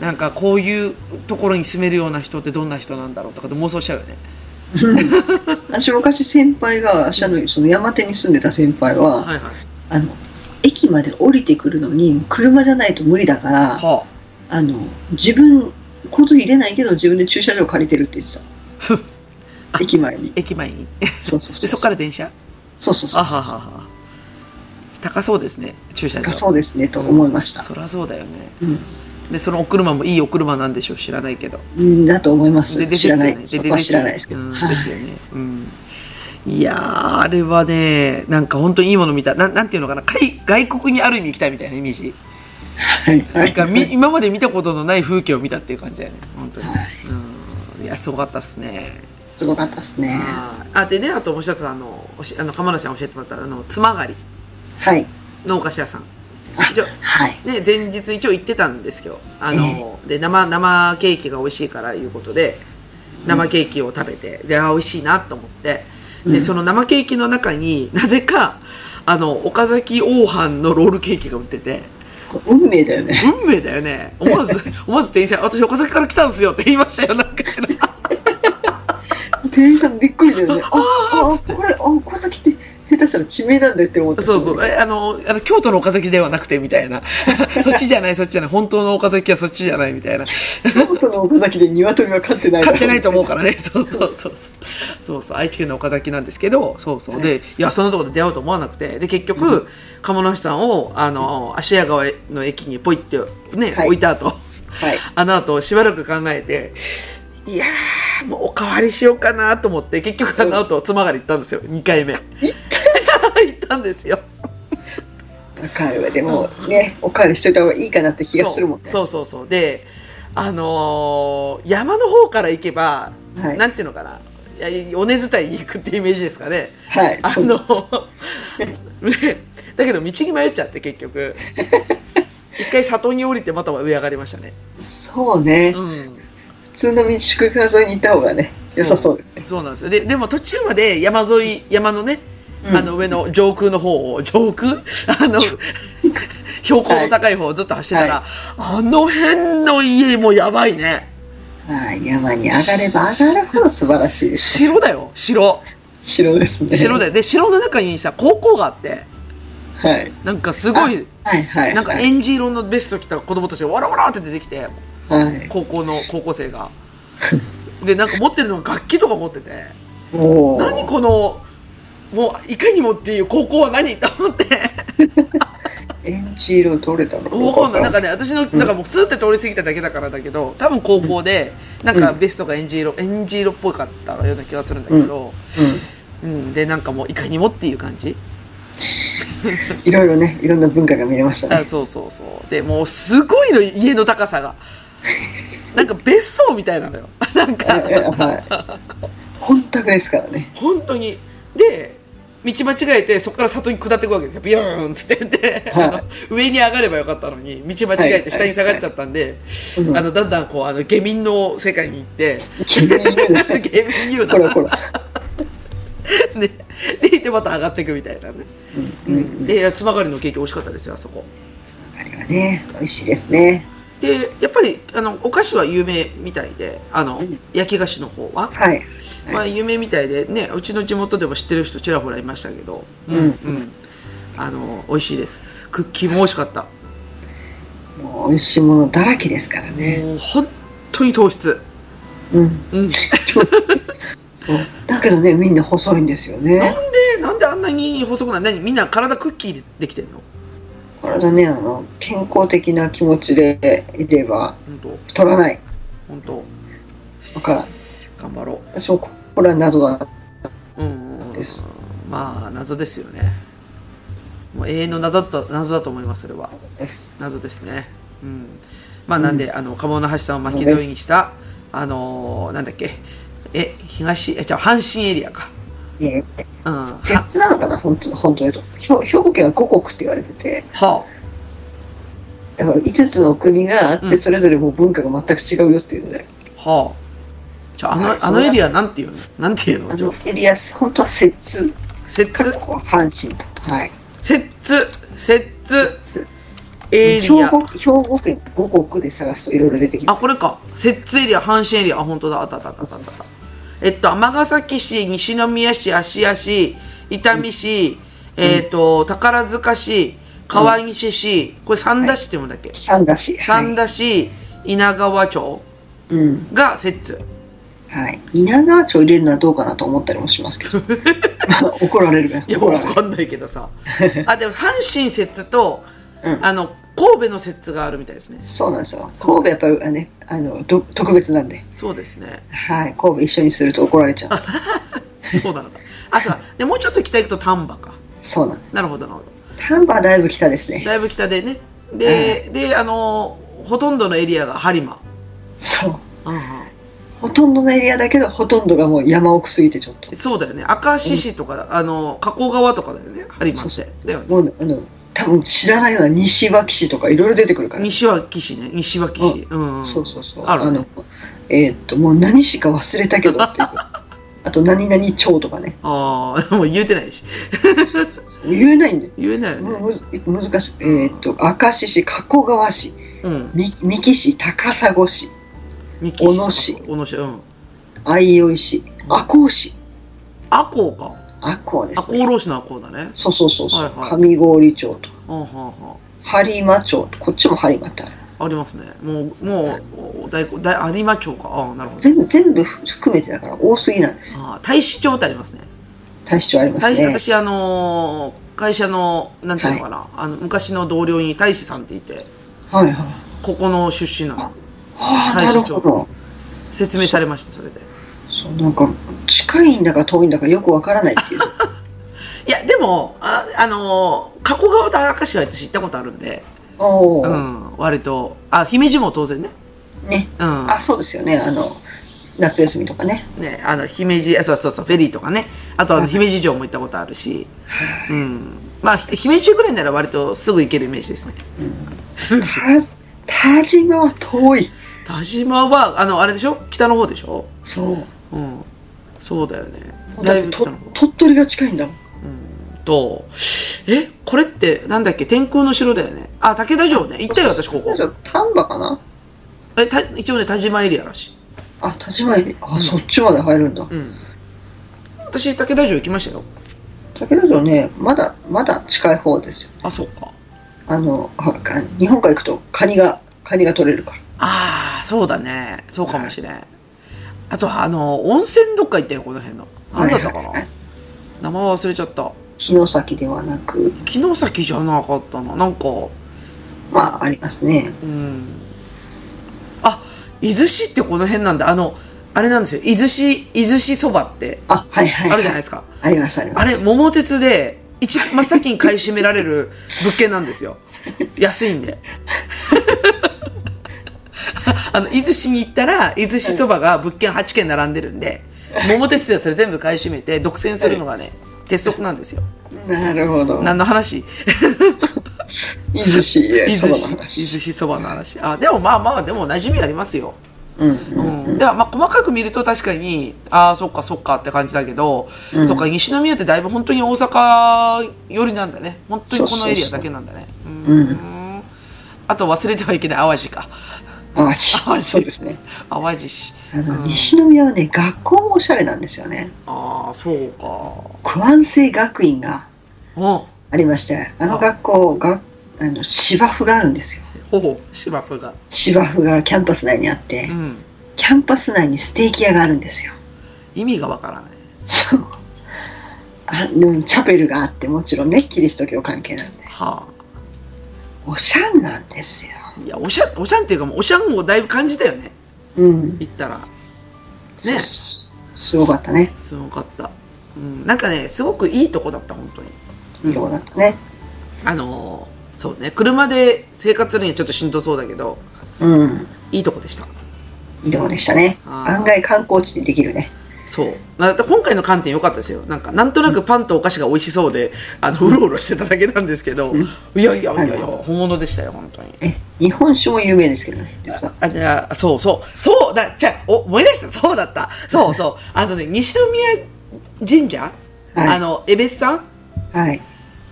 [SPEAKER 2] なんかこういうところに住めるような人ってどんな人なんだろうとかって妄想しちゃうよね
[SPEAKER 3] 私昔先輩が、あっしゃの、その山手に住んでた先輩は、
[SPEAKER 2] いはい
[SPEAKER 3] あの、駅まで降りてくるのに、車じゃないと無理だから、
[SPEAKER 2] は
[SPEAKER 3] あの、自分、交通費出ないけど自分で駐車場借りてるって言ってた。駅前に
[SPEAKER 2] あ。駅前に
[SPEAKER 3] そうそうそ
[SPEAKER 2] で
[SPEAKER 3] う。
[SPEAKER 2] そっから電車
[SPEAKER 3] そうそうそ
[SPEAKER 2] あ
[SPEAKER 3] う。
[SPEAKER 2] ははは高そうですね駐車場
[SPEAKER 3] そうですね、と思いました。
[SPEAKER 2] そりゃそうだよね
[SPEAKER 3] うん。
[SPEAKER 2] でそのお車もいいお車なんでしょう知らないけど
[SPEAKER 3] うん、だと思います。
[SPEAKER 2] で、で
[SPEAKER 3] 知らない。
[SPEAKER 2] ですよね。で、
[SPEAKER 3] そこ
[SPEAKER 2] で
[SPEAKER 3] は
[SPEAKER 2] で
[SPEAKER 3] 知らないですけど。
[SPEAKER 2] うん
[SPEAKER 3] はい
[SPEAKER 2] ですよね。うん。いやー、あれはね、なんか本当にいいもの見た。なん、なんていうのかな。海外国にある意味行きたいみたいなイメージ。
[SPEAKER 3] はい。は
[SPEAKER 2] なん
[SPEAKER 3] い
[SPEAKER 2] かみ、今まで見たことのない風景を見たっていう感じだよね。本当に。
[SPEAKER 3] はい
[SPEAKER 2] うん。いや、すごかったっすね。
[SPEAKER 3] すごかったですね。
[SPEAKER 2] あーあ、でね、あともう一つ、あの、おし、あの、鎌田さん教えてもらった、あの、つまがり
[SPEAKER 3] はい。
[SPEAKER 2] のお菓子屋さん。
[SPEAKER 3] あ
[SPEAKER 2] 一応、
[SPEAKER 3] はい。
[SPEAKER 2] ね、前日一応行ってたんですけど、あの、で、生、生ケーキが美味しいからいうことで、生ケーキを食べて、で、あ、美味しいなと思って、
[SPEAKER 3] う
[SPEAKER 2] で、
[SPEAKER 3] ん
[SPEAKER 2] その生ケーキの中に なぜか、あの、岡崎王藩のロールケーキが売ってて、
[SPEAKER 3] これ運命だよね。
[SPEAKER 2] 運命だよね。思 わず、思わず店員さん、私岡崎から来たんですよって言いましたよ、なんか知らん。
[SPEAKER 3] 店員さんびっくりだよね。あ、
[SPEAKER 2] あーっ
[SPEAKER 3] あ、
[SPEAKER 2] つって
[SPEAKER 3] これ、あ、小崎って下手したら地名なんだよって思ってた
[SPEAKER 2] そうそう、えあの、あの京都の岡崎ではなくて、みたいな。 そっちじゃない、そっちじゃない、本当の岡崎はそっちじゃない、みたいな。
[SPEAKER 3] 京都の岡崎で鶏は飼っ てないだ
[SPEAKER 2] 買
[SPEAKER 3] ろ
[SPEAKER 2] ってないと思うからね。そうそうそうそう。そうそう。愛知県の岡崎なんですけど、そうそう。で、いや、そのところで出会うと思わなくて、で、結局、鴨梨さんを、あの、芦屋川の駅にポイってね、
[SPEAKER 3] はい
[SPEAKER 2] 置いた後、
[SPEAKER 3] はい。
[SPEAKER 2] あの後、しばらく考えて、いやー、もうおかわりしようかなと思って、結局あの後、つまがり行ったんですよ。2回目。 行ったんですよ。
[SPEAKER 3] わかるわ。でも、ね、おかわりしといた方がいいかなって気がするもんね。
[SPEAKER 2] そうそうそうそうであのー山の方から行けば、
[SPEAKER 3] はい
[SPEAKER 2] なんていうのかないや尾根伝いに行くってイメージですかね。
[SPEAKER 3] はい。
[SPEAKER 2] あ
[SPEAKER 3] そう
[SPEAKER 2] の、 ね、だけど道に迷っちゃって結局。一回里に降りてまた上上がりましたね。
[SPEAKER 3] そうね
[SPEAKER 2] う。ん。
[SPEAKER 3] 普通の道、宿川沿いに行った方がね、良さそうですね。
[SPEAKER 2] そうなんですよ。で、でも途中まで山沿い、山のね、
[SPEAKER 3] うん
[SPEAKER 2] あの上の上空の方を、上空あ の、標高の高い方をずっと走ってたら、あの辺の家もやばいね。
[SPEAKER 3] はい。山に上がれば上がるほど素晴らしいです。
[SPEAKER 2] 城だよ、城。
[SPEAKER 3] 城ですね。
[SPEAKER 2] 城だよ。で、城の中にさ、高校があって、
[SPEAKER 3] はい。
[SPEAKER 2] なんかすごい、
[SPEAKER 3] はいはい。
[SPEAKER 2] なんか
[SPEAKER 3] はい
[SPEAKER 2] エンジ色のベスト着た子供たちがわらわらって出てきて、
[SPEAKER 3] はい。
[SPEAKER 2] 高校の高校生が。で、なんか持ってるのが楽器とか持ってて、
[SPEAKER 3] もう。
[SPEAKER 2] 何この、もういかにもっていう高校は何 と思って。
[SPEAKER 3] エンジ色どれだろう
[SPEAKER 2] わかんない。なん
[SPEAKER 3] か
[SPEAKER 2] かね、私の、なんかもうスーって通り過ぎただけだからだけど、多分高校で、なんかベストがエンジ色、エンジ色っぽかったような気がするんだけど、うん。で、なんかもういかにもっていう感じ。
[SPEAKER 3] うん。いろいろね、いろんな文化が見れました
[SPEAKER 2] あ
[SPEAKER 3] ね。
[SPEAKER 2] そうそうそう。で、もうすごいの、家の高さが。なんか別荘みたいなのよ。 なんか、
[SPEAKER 3] ええはい。 本宅ですからね。
[SPEAKER 2] 本当に。で、道間違えて、そこから里に下っていくわけですよ。ビューンっつってで、
[SPEAKER 3] はい
[SPEAKER 2] あの上に上がればよかったのに、道間違えて下に下がっちゃったんで、
[SPEAKER 3] うん
[SPEAKER 2] あの、だんだんこう、あの、下民の世界に行って、
[SPEAKER 3] 君ね
[SPEAKER 2] ゲーム言うな。
[SPEAKER 3] こらこ
[SPEAKER 2] ね。
[SPEAKER 3] ら。
[SPEAKER 2] で、で、また上がっていくみたいなね。
[SPEAKER 3] う
[SPEAKER 2] うん。
[SPEAKER 3] うんん。
[SPEAKER 2] で、つまがりのケーキ美味しかったですよ、あそこ。
[SPEAKER 3] あれはね、美味しいですね。
[SPEAKER 2] で、やっぱり、あの、お菓子は有名みたいで、あの、
[SPEAKER 3] うん
[SPEAKER 2] 焼き菓子の方は。
[SPEAKER 3] はい。
[SPEAKER 2] まあ、有名みたいで、ね、うちの地元でも知ってる人ちらほらいましたけど。
[SPEAKER 3] うん
[SPEAKER 2] うん。あの、美味しいです。クッキーも美味しかった。
[SPEAKER 3] もう美味しいものだらけですからね。
[SPEAKER 2] もう、本当に糖質。
[SPEAKER 3] うん。
[SPEAKER 2] うん。
[SPEAKER 3] そう。だけどね、みんな細いんですよね。
[SPEAKER 2] で、なんであんなに細くない何みんな体クッキーでできてんの
[SPEAKER 3] 体ね、あの、健康的な気持ちでいれば
[SPEAKER 2] 本当
[SPEAKER 3] 太らない。
[SPEAKER 2] 本当
[SPEAKER 3] だから
[SPEAKER 2] 頑張ろう。
[SPEAKER 3] 私もこれは謎だ。
[SPEAKER 2] うんうんうん
[SPEAKER 3] です
[SPEAKER 2] まあ謎ですよねもう永遠の謎だと謎だと思いますそれは
[SPEAKER 3] です。
[SPEAKER 2] 謎ですねうんまあなんで、あの鴨の橋さんを巻き添えにしたあのーなんだっけえ東えじゃあ阪神エリアか
[SPEAKER 3] いえ、
[SPEAKER 2] うんはは
[SPEAKER 3] 別なのかな、本当、本当にと。兵兵庫県は五国って言われてて。
[SPEAKER 2] あ
[SPEAKER 3] だから5つの国があっ
[SPEAKER 2] う
[SPEAKER 3] て
[SPEAKER 2] ん
[SPEAKER 3] それぞれもう文化が全く違うよっていうので、
[SPEAKER 2] はあじゃああ
[SPEAKER 3] はい
[SPEAKER 2] のあのエリアなんていうのなんていう
[SPEAKER 3] あ
[SPEAKER 2] のじゃあ
[SPEAKER 3] のエリア本当は摂津
[SPEAKER 2] 摂
[SPEAKER 3] かっ
[SPEAKER 2] 津
[SPEAKER 3] こ阪神とはい
[SPEAKER 2] 摂津摂津エ
[SPEAKER 3] 兵
[SPEAKER 2] リア
[SPEAKER 3] 庫兵庫県五国で探すといろいろ出てきて
[SPEAKER 2] あこれか摂津エリア阪神エリアあ本当だあったあったあったあったあったえっと、尼崎市、西宮市、芦屋市、伊丹市、えっと、宝塚市、川西市、これ三田市って読むんだっけ、
[SPEAKER 3] 三田市
[SPEAKER 2] 三田市、稲川町
[SPEAKER 3] はい、うん
[SPEAKER 2] が摂津。
[SPEAKER 3] はい、稲川町入れるのはどうかなと思ったりもします けどまあ怒られるから
[SPEAKER 2] いや、
[SPEAKER 3] 怒ら
[SPEAKER 2] わ
[SPEAKER 3] れる
[SPEAKER 2] かんないけど さ。あ、でも、阪神摂津と、
[SPEAKER 3] うん
[SPEAKER 2] あの、神戸の摂津があるみたいですね。
[SPEAKER 3] そうなんですよ
[SPEAKER 2] そう
[SPEAKER 3] 神戸やっぱりあのねあのど特別なんで
[SPEAKER 2] そうですね。
[SPEAKER 3] はい神戸一緒にすると怒られちゃう
[SPEAKER 2] そうなのか。あ、そうだで、もうちょっと北行くと丹波か。
[SPEAKER 3] そうなんです
[SPEAKER 2] なるほど、なるほ
[SPEAKER 3] 丹波はだいぶ北です
[SPEAKER 2] ど。
[SPEAKER 3] ね
[SPEAKER 2] だいぶ北でね。で、で、あの、ほとんどのエリアが播磨。
[SPEAKER 3] そう
[SPEAKER 2] うんうん
[SPEAKER 3] ほとんどのエリアだけどほとんどがもう山奥すぎてちょっと
[SPEAKER 2] そうだよね。明石市とか、あの、加古川とかだよね。播磨っ
[SPEAKER 3] そ
[SPEAKER 2] て。だよね。
[SPEAKER 3] もうあの多分知らないような西脇市とかいろいろ出てくるから、
[SPEAKER 2] 西脇市ね。西脇市。うん、うん。
[SPEAKER 3] そうそうそう
[SPEAKER 2] あるね
[SPEAKER 3] のえーっともう何しか忘れたけどっ ていうあと何々町とかね
[SPEAKER 2] あ あ、もう言えてないし。
[SPEAKER 3] 言えないんで
[SPEAKER 2] 言えないよ
[SPEAKER 3] む
[SPEAKER 2] ね。
[SPEAKER 3] む難しいえーっと明石市加古川市
[SPEAKER 2] うん。
[SPEAKER 3] み三木市高砂市
[SPEAKER 2] 三木
[SPEAKER 3] 小野市
[SPEAKER 2] 小野市。うん。
[SPEAKER 3] 相生市赤穂市
[SPEAKER 2] 阿公か。
[SPEAKER 3] 赤穂で
[SPEAKER 2] 阿
[SPEAKER 3] す、
[SPEAKER 2] 公
[SPEAKER 3] ね、
[SPEAKER 2] 浪士の阿公だね。
[SPEAKER 3] そうそうそうそう、
[SPEAKER 2] はいはい
[SPEAKER 3] 上郡町と
[SPEAKER 2] うん、はんは
[SPEAKER 3] 播磨町とこっちも播磨ってある
[SPEAKER 2] ん。ありますね。もう、もう、大、大、有馬町か。ああ、なる ほど。
[SPEAKER 3] 全全部含めてだから多すぎなんです
[SPEAKER 2] ああ、大使町ってありますね。
[SPEAKER 3] 大使町あります
[SPEAKER 2] 大使、
[SPEAKER 3] ね
[SPEAKER 2] 私、あのー会社の、なんていうのかな。あの、昔の同僚に大使さんっていて、
[SPEAKER 3] はいはい
[SPEAKER 2] ここの出身なんです。
[SPEAKER 3] ああ
[SPEAKER 2] 大
[SPEAKER 3] な
[SPEAKER 2] 使
[SPEAKER 3] る
[SPEAKER 2] 町
[SPEAKER 3] ほど
[SPEAKER 2] 説明されました、それで。
[SPEAKER 3] そうなんか近いんだか遠いんだかよくわからない っていう
[SPEAKER 2] いや、でも、あ、あのー加古川と明石は私行ったことあるんで、
[SPEAKER 3] お
[SPEAKER 2] う
[SPEAKER 3] お、
[SPEAKER 2] ん、割と、あ、姫路も当然ね。
[SPEAKER 3] ね
[SPEAKER 2] うん。
[SPEAKER 3] あそうですよねあの夏休みとかね。
[SPEAKER 2] ね、あの、姫路、あそうそうそう、フェリーとかね。あと、あの、
[SPEAKER 3] うん
[SPEAKER 2] 姫路城も行ったことあるし。うん。まあ、ひ姫路城ぐらいなら割とすぐ行けるイメージですね。すぐ。
[SPEAKER 3] た、田島は遠い。
[SPEAKER 2] 田島は、あの、あれでしょ北の方でしょ
[SPEAKER 3] そう。
[SPEAKER 2] うん。そうだよね。だ
[SPEAKER 3] だ
[SPEAKER 2] い
[SPEAKER 3] っ
[SPEAKER 2] ぶ
[SPEAKER 3] て
[SPEAKER 2] 北
[SPEAKER 3] と
[SPEAKER 2] の方。
[SPEAKER 3] 鳥取が近いんだもん。
[SPEAKER 2] と、え、これって、なんだっけ天空の城だよね。あ、武田城ね。行ったよ、私、ここ
[SPEAKER 3] じ。ゃあ丹波かな
[SPEAKER 2] え、た一応ね、田島エリアらしい。
[SPEAKER 3] あ、田島駅。あ、そっちまで入るんだ。
[SPEAKER 2] うん。私、武田城行きましたよ。
[SPEAKER 3] だけどね、まだ、まだ近い方ですよ。
[SPEAKER 2] あ、そうか。
[SPEAKER 3] あの、ほら、か日本から行くとカニが、カニが取れるから。
[SPEAKER 2] ああ、そうだね。そうかもしれん。あと、あの、温泉どっか行ったよ、この辺の。なんだったかな
[SPEAKER 3] はいはいはい
[SPEAKER 2] 名前忘れちゃった。
[SPEAKER 3] 城崎ではなく、
[SPEAKER 2] 城崎じゃなかったな。なんか、
[SPEAKER 3] まあ、ありますね。
[SPEAKER 2] うん。あ、伊豆市ってこの辺なんだ。あの、あれなんですよ。伊豆市、伊豆市そばって
[SPEAKER 3] あ、はいはい、
[SPEAKER 2] あるじゃない
[SPEAKER 3] い
[SPEAKER 2] ですか。
[SPEAKER 3] あります、ありま
[SPEAKER 2] あ
[SPEAKER 3] す。
[SPEAKER 2] れ、桃鉄で、一、真っ先に買い占められる物件なんですよ。安いんで。 あの、伊豆市に行ったら、伊豆市そばが物件8軒並んでるんで、桃鉄ではそれ全部買い占めて、独占するのがね、鉄則なんですよ。
[SPEAKER 3] なるほど。
[SPEAKER 2] 何の話
[SPEAKER 3] 伊豆市、いや
[SPEAKER 2] 伊豆市
[SPEAKER 3] そうなの、話
[SPEAKER 2] 伊豆市そばの話。あ、でもまあまあ、でも馴染みありますよ。
[SPEAKER 3] うんうん
[SPEAKER 2] うん、ではまあ細かく見ると確かにああそっかそっかって感じだけど、
[SPEAKER 3] うん
[SPEAKER 2] そっか西宮ってだいぶ本当に大阪寄りなんだね本当にこのエリアだけなんだねう
[SPEAKER 3] う
[SPEAKER 2] ーんあと忘れてはいけない淡路か
[SPEAKER 3] 淡路
[SPEAKER 2] 淡路
[SPEAKER 3] そうですね
[SPEAKER 2] 淡路市
[SPEAKER 3] あの、
[SPEAKER 2] うん
[SPEAKER 3] 西宮はね学校もおしゃれなんですよね
[SPEAKER 2] ああそうか
[SPEAKER 3] 九安生学院が
[SPEAKER 2] うん
[SPEAKER 3] ありましてあ
[SPEAKER 2] あ
[SPEAKER 3] の学校があの芝生があるんですよ
[SPEAKER 2] ほぼ芝生が
[SPEAKER 3] 芝生がキャンパス内にあって、
[SPEAKER 2] うん
[SPEAKER 3] キャンパス内にステーキ屋があるんですよ
[SPEAKER 2] 意味がわからない
[SPEAKER 3] そうあのチャペルがあってもちろんねキリスト教関係なんで
[SPEAKER 2] は
[SPEAKER 3] おしゃんなんですよ
[SPEAKER 2] あいやおしゃおしゃんっていうかもうおしゃんをだいぶ感じたよね
[SPEAKER 3] うん
[SPEAKER 2] 行ったら
[SPEAKER 3] そう
[SPEAKER 2] ね
[SPEAKER 3] そうそうすごかったね
[SPEAKER 2] すごかった、うん、なんかねすごくいいとこだった本当に
[SPEAKER 3] いいとこだったね
[SPEAKER 2] あのーそうね、車で生活するにはちょっとしんどそうだけど、
[SPEAKER 3] うん
[SPEAKER 2] いいとこでした。
[SPEAKER 3] いいとこでしたね
[SPEAKER 2] あー
[SPEAKER 3] 案外観光地でできるね
[SPEAKER 2] そう。まあだって今回の観点良かったですよ。なんか、なんとなくパンとお菓子が美味しそうで、あの、うろうろしてただけなんですけど、
[SPEAKER 3] うん
[SPEAKER 2] いやいやいやい
[SPEAKER 3] は
[SPEAKER 2] や、
[SPEAKER 3] いは
[SPEAKER 2] 本物でしたよ、本当に。
[SPEAKER 3] え日本酒も有名ですけどね実は
[SPEAKER 2] あ、じゃあ、そうそう。そうだ、じゃあお、思い出した。そうだった。そうそう。あのね、西宮神社、
[SPEAKER 3] はい
[SPEAKER 2] あの、エベスさん
[SPEAKER 3] はい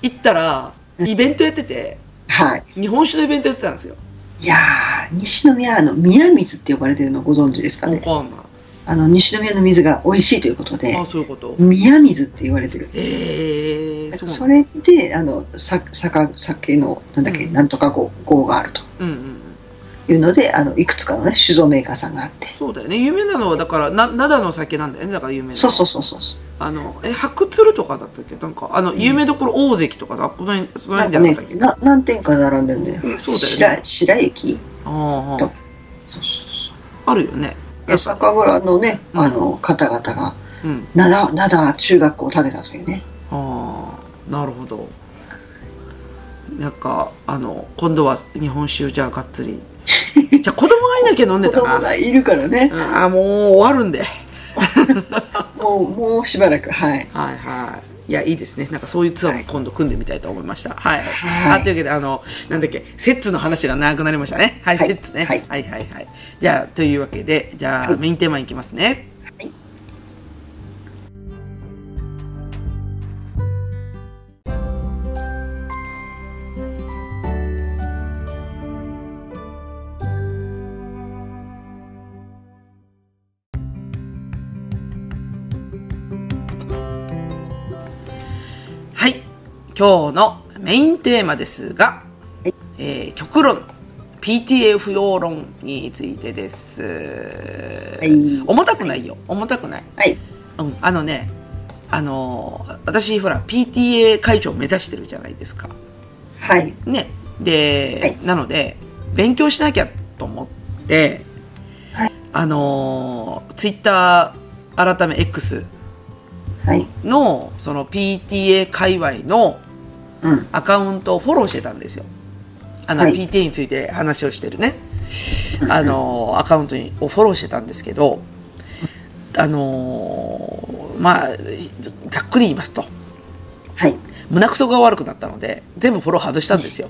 [SPEAKER 2] 行ったら、
[SPEAKER 3] うん
[SPEAKER 2] イベントやってて、
[SPEAKER 3] はい
[SPEAKER 2] 日本酒のイベントやってたんですよ。
[SPEAKER 3] いやー西宮あの宮水って呼ばれてるのご存知ですか
[SPEAKER 2] わ
[SPEAKER 3] ね
[SPEAKER 2] かんな
[SPEAKER 3] あの西宮の水が美味しいということで
[SPEAKER 2] い。あ、そういうこと。
[SPEAKER 3] 宮水って言われてる
[SPEAKER 2] ええー、そうなんだ
[SPEAKER 3] それであのさ酒酒のなんだっけ、
[SPEAKER 2] うん
[SPEAKER 3] なんとか号号があると
[SPEAKER 2] うんうんうん。
[SPEAKER 3] いうのであのいくつかのね酒造メーカーさんがあって
[SPEAKER 2] そうだよね。有名なのは、だから、な、灘の酒なんだよね。だから有名な。
[SPEAKER 3] そうそうそうそうそう
[SPEAKER 2] あの、え、白鶴とかだったっけなんか、あの、有名どころ大関とかさ、この辺、その
[SPEAKER 3] なん
[SPEAKER 2] 辺じ
[SPEAKER 3] か
[SPEAKER 2] ゃなか
[SPEAKER 3] ね
[SPEAKER 2] ったっけ、
[SPEAKER 3] な何店か並んでるんだよ
[SPEAKER 2] うんそうだよ
[SPEAKER 3] 白
[SPEAKER 2] ね。
[SPEAKER 3] 白駅
[SPEAKER 2] あ
[SPEAKER 3] と
[SPEAKER 2] あ、
[SPEAKER 3] そうそうそ
[SPEAKER 2] あるよね。
[SPEAKER 3] うで酒蔵のね、あの方々が
[SPEAKER 2] うん。
[SPEAKER 3] 灘灘中学校を建てたというね
[SPEAKER 2] ああ、なるほど。なんか、あの、今度は日本酒じゃあがっつり。 じゃあ子供がいなきゃ飲んで
[SPEAKER 3] 子
[SPEAKER 2] た
[SPEAKER 3] 供
[SPEAKER 2] な。
[SPEAKER 3] がいるからね
[SPEAKER 2] うんああ、もう終わるんで。
[SPEAKER 3] もう、もうしばらく、はい。
[SPEAKER 2] はいはい。いや、いいですね。なんかそういうツアーも今度組んでみたいと思いました。はい。
[SPEAKER 3] はい
[SPEAKER 2] あというわけで、あの、なんだっけ、セッツの話が長くなりましたね。はい、
[SPEAKER 3] はい
[SPEAKER 2] セッツね。は
[SPEAKER 3] はいい、
[SPEAKER 2] はい、はい。じゃあ、というわけで、じゃあ、
[SPEAKER 3] はい
[SPEAKER 2] メインテーマいきますね。
[SPEAKER 3] はい
[SPEAKER 2] はい。今日のメインテーマですが、
[SPEAKER 3] はい
[SPEAKER 2] えー極論、PTA 不要論についてです。
[SPEAKER 3] はい
[SPEAKER 2] 重たくないよ。重たくない。
[SPEAKER 3] はい。
[SPEAKER 2] うん、あのね、あのー私、ほら、PTA 会長目指してるじゃないですか。
[SPEAKER 3] はい。
[SPEAKER 2] ね。で、
[SPEAKER 3] はい
[SPEAKER 2] なので、勉強しなきゃと思って、
[SPEAKER 3] はい
[SPEAKER 2] あのー、Twitter、改め X
[SPEAKER 3] はい。
[SPEAKER 2] の、その PTA 界隈の
[SPEAKER 3] うん。
[SPEAKER 2] アカウントをフォローしてたんですよ。あの、
[SPEAKER 3] はい
[SPEAKER 2] PTA について話をしてるね。あのー、アカウントにをフォローしてたんですけど、あのーまあざっくり言いますと
[SPEAKER 3] はい。
[SPEAKER 2] 胸くそが悪くなったので全部フォロー外したんですよ。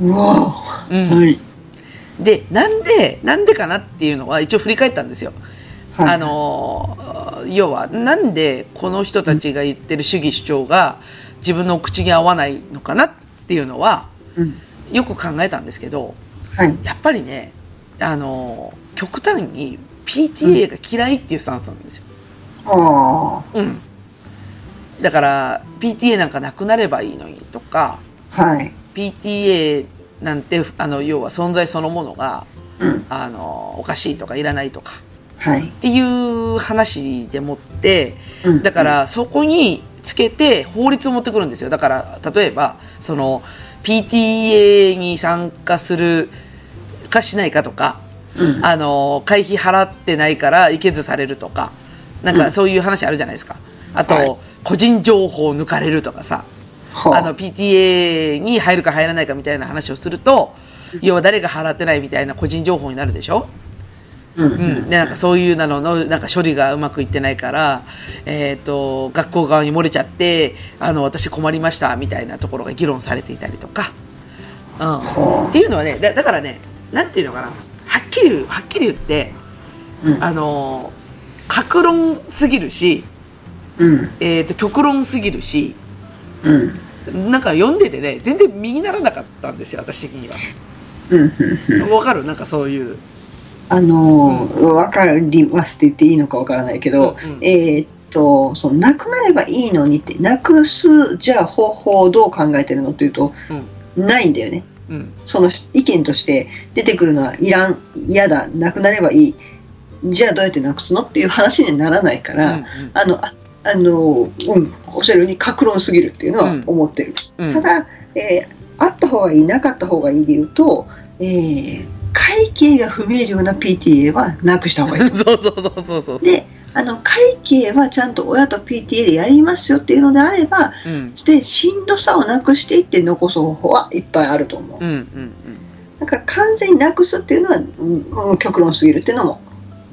[SPEAKER 3] うわ
[SPEAKER 2] う
[SPEAKER 3] ー
[SPEAKER 2] ん
[SPEAKER 3] はい。
[SPEAKER 2] でなんでなんでかなっていうのは一応振り返ったんですよ。
[SPEAKER 3] はい。
[SPEAKER 2] あ、のー要はなんでこの人たちが言ってる主義主張が自分のお口に合わないのかなっていうのは
[SPEAKER 3] うん。
[SPEAKER 2] よく考えたんですけど
[SPEAKER 3] はい。
[SPEAKER 2] やっぱりねあのー極端に PTA が嫌いっていうスタンスなんですよ。
[SPEAKER 3] あ
[SPEAKER 2] うん、だから PTA なんかなくなればいいのにとか
[SPEAKER 3] あ。はい。
[SPEAKER 2] PTA なんてあの要は存在そのものが
[SPEAKER 3] うん。
[SPEAKER 2] あのおかしいとかいらないとか
[SPEAKER 3] はい。
[SPEAKER 2] っていう話でもって
[SPEAKER 3] うん
[SPEAKER 2] だか、らそこにつけて法律を持ってくるんですよだから例えばその PTA に参加するかしないかとか
[SPEAKER 3] うん。
[SPEAKER 2] あの会費払ってないからいけずされるとかなん
[SPEAKER 3] う
[SPEAKER 2] か
[SPEAKER 3] ん
[SPEAKER 2] そういう話あるじゃないですかあと、
[SPEAKER 3] はい
[SPEAKER 2] 個人情報を抜かれるとかさ
[SPEAKER 3] ほう
[SPEAKER 2] あの PTA に入るか入らないかみたいな話をすると要は誰が払ってないみたいな個人情報になるでしょ、
[SPEAKER 3] うん。
[SPEAKER 2] う
[SPEAKER 3] う
[SPEAKER 2] んん、でなんかそういうなののなんか処理がうまくいってないから、えー、と学校側に漏れちゃってあの私困りましたみたいなところが議論されていたりとか、うん、っていうのはねだだからねなんていうのかなはっきり言うはっきり言って
[SPEAKER 3] うん。
[SPEAKER 2] あの格論すぎるし、
[SPEAKER 3] うん。
[SPEAKER 2] えー、と極論すぎるし
[SPEAKER 3] うん。
[SPEAKER 2] なんか読んでてね全然身にならなかったんですよ私的には。
[SPEAKER 3] うんうん。
[SPEAKER 2] わかるなんかそういう。
[SPEAKER 3] あのー、わかりますって言っていいのかわからないけど、
[SPEAKER 2] うんうん
[SPEAKER 3] えーっと、その、なくなればいいのにって、なくす、じゃあ方法をどう考えてるのっていうと、ないんだよね。
[SPEAKER 2] うんうん
[SPEAKER 3] その意見として出てくるのは、いらん、嫌だ、なくなればいい。じゃあどうやってなくすのっていう話にならないか
[SPEAKER 2] う
[SPEAKER 3] ら、
[SPEAKER 2] ん
[SPEAKER 3] あの、ああのー、うん、おっしゃるように格論すぎるっていうのは思ってる。
[SPEAKER 2] うん
[SPEAKER 3] ただ、えーあった方がいい、なかった方がいいで言うと、えー会計が不明瞭な PTA はなくした方が いい。
[SPEAKER 2] そうそうそうそうそうそう。
[SPEAKER 3] で、あの会計はちゃんと親と PTA でやりますよっていうのであれば、
[SPEAKER 2] うん
[SPEAKER 3] でしんどさをなくしていって残す方法はいっぱいあると思う
[SPEAKER 2] う。んうん
[SPEAKER 3] なんか完全になくすっていうのは、うんうん極論すぎるっていうのも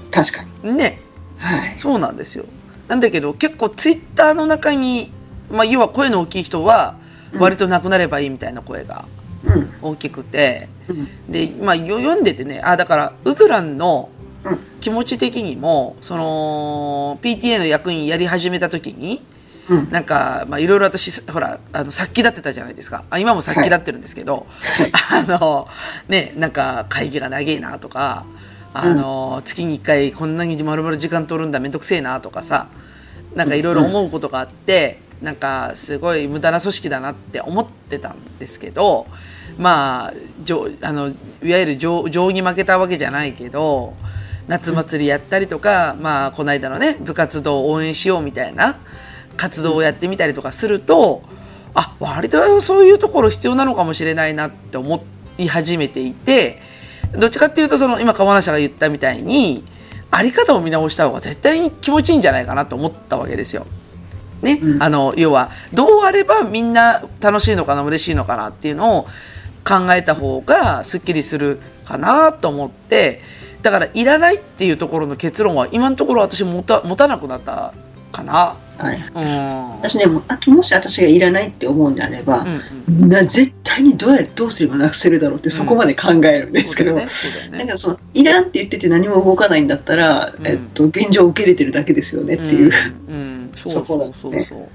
[SPEAKER 3] 確かに。
[SPEAKER 2] うん。ね
[SPEAKER 3] はい。
[SPEAKER 2] そうなんですよ。なんだけど結構ツイッターの中に、まあ、要は声の大きい人は割となくなればいいみたいな声が
[SPEAKER 3] うん。
[SPEAKER 2] 大きくて。
[SPEAKER 3] うん。
[SPEAKER 2] で、まあ、よ読んでてねあだからウズランの
[SPEAKER 3] うん
[SPEAKER 2] 気持ち的にもその PTA の役員やり始めた時に
[SPEAKER 3] うん。
[SPEAKER 2] なんかまあいろいろ私ほらあの殺気立ってたじゃないですかあ今も殺気立ってるんですけど、 あのねなんか会議が長えなとかあの、月に1回こんなに丸々時間取るんだめんどくせえなとかさなんかいろいろ思うことがあって、なんかすごい無駄な組織だなって思ってたんですけどまあ上あのいわゆる情情に負けたわけじゃないけど夏祭りやったりとか、まあこの間のね部活動を応援しようみたいな活動をやってみたりとかすると、あ割とそういうところ必要なのかもしれないなって思い始めていてどっちかっていうとその今川梨が言ったみたいにあり方を見直した方が絶対に気持ちいいんじゃないかなと思ったわけですよ。ね、
[SPEAKER 3] うん
[SPEAKER 2] あの要はどうあればみんな楽しいのかな嬉しいのかなっていうのを考えた方がすっきりするかなと思ってだからいらないっていうところの結論は今のところ私持た持たなくなったかな。
[SPEAKER 3] はい。
[SPEAKER 2] うん
[SPEAKER 3] 私ね、もうあともし私がいらないって思うんであれば、
[SPEAKER 2] うんうん
[SPEAKER 3] な絶対にどうやるどうすればなくせるだろうってそこまで考えるんですけど、
[SPEAKER 2] そうだよねそうだよね
[SPEAKER 3] なんかそのいらんって言ってて何も動かないんだったら、
[SPEAKER 2] うん
[SPEAKER 3] えっと、現状を受け入れてるだけですよねっていう、
[SPEAKER 2] うん、うんそうそ
[SPEAKER 3] そうこなんです
[SPEAKER 2] そう
[SPEAKER 3] ね
[SPEAKER 2] そう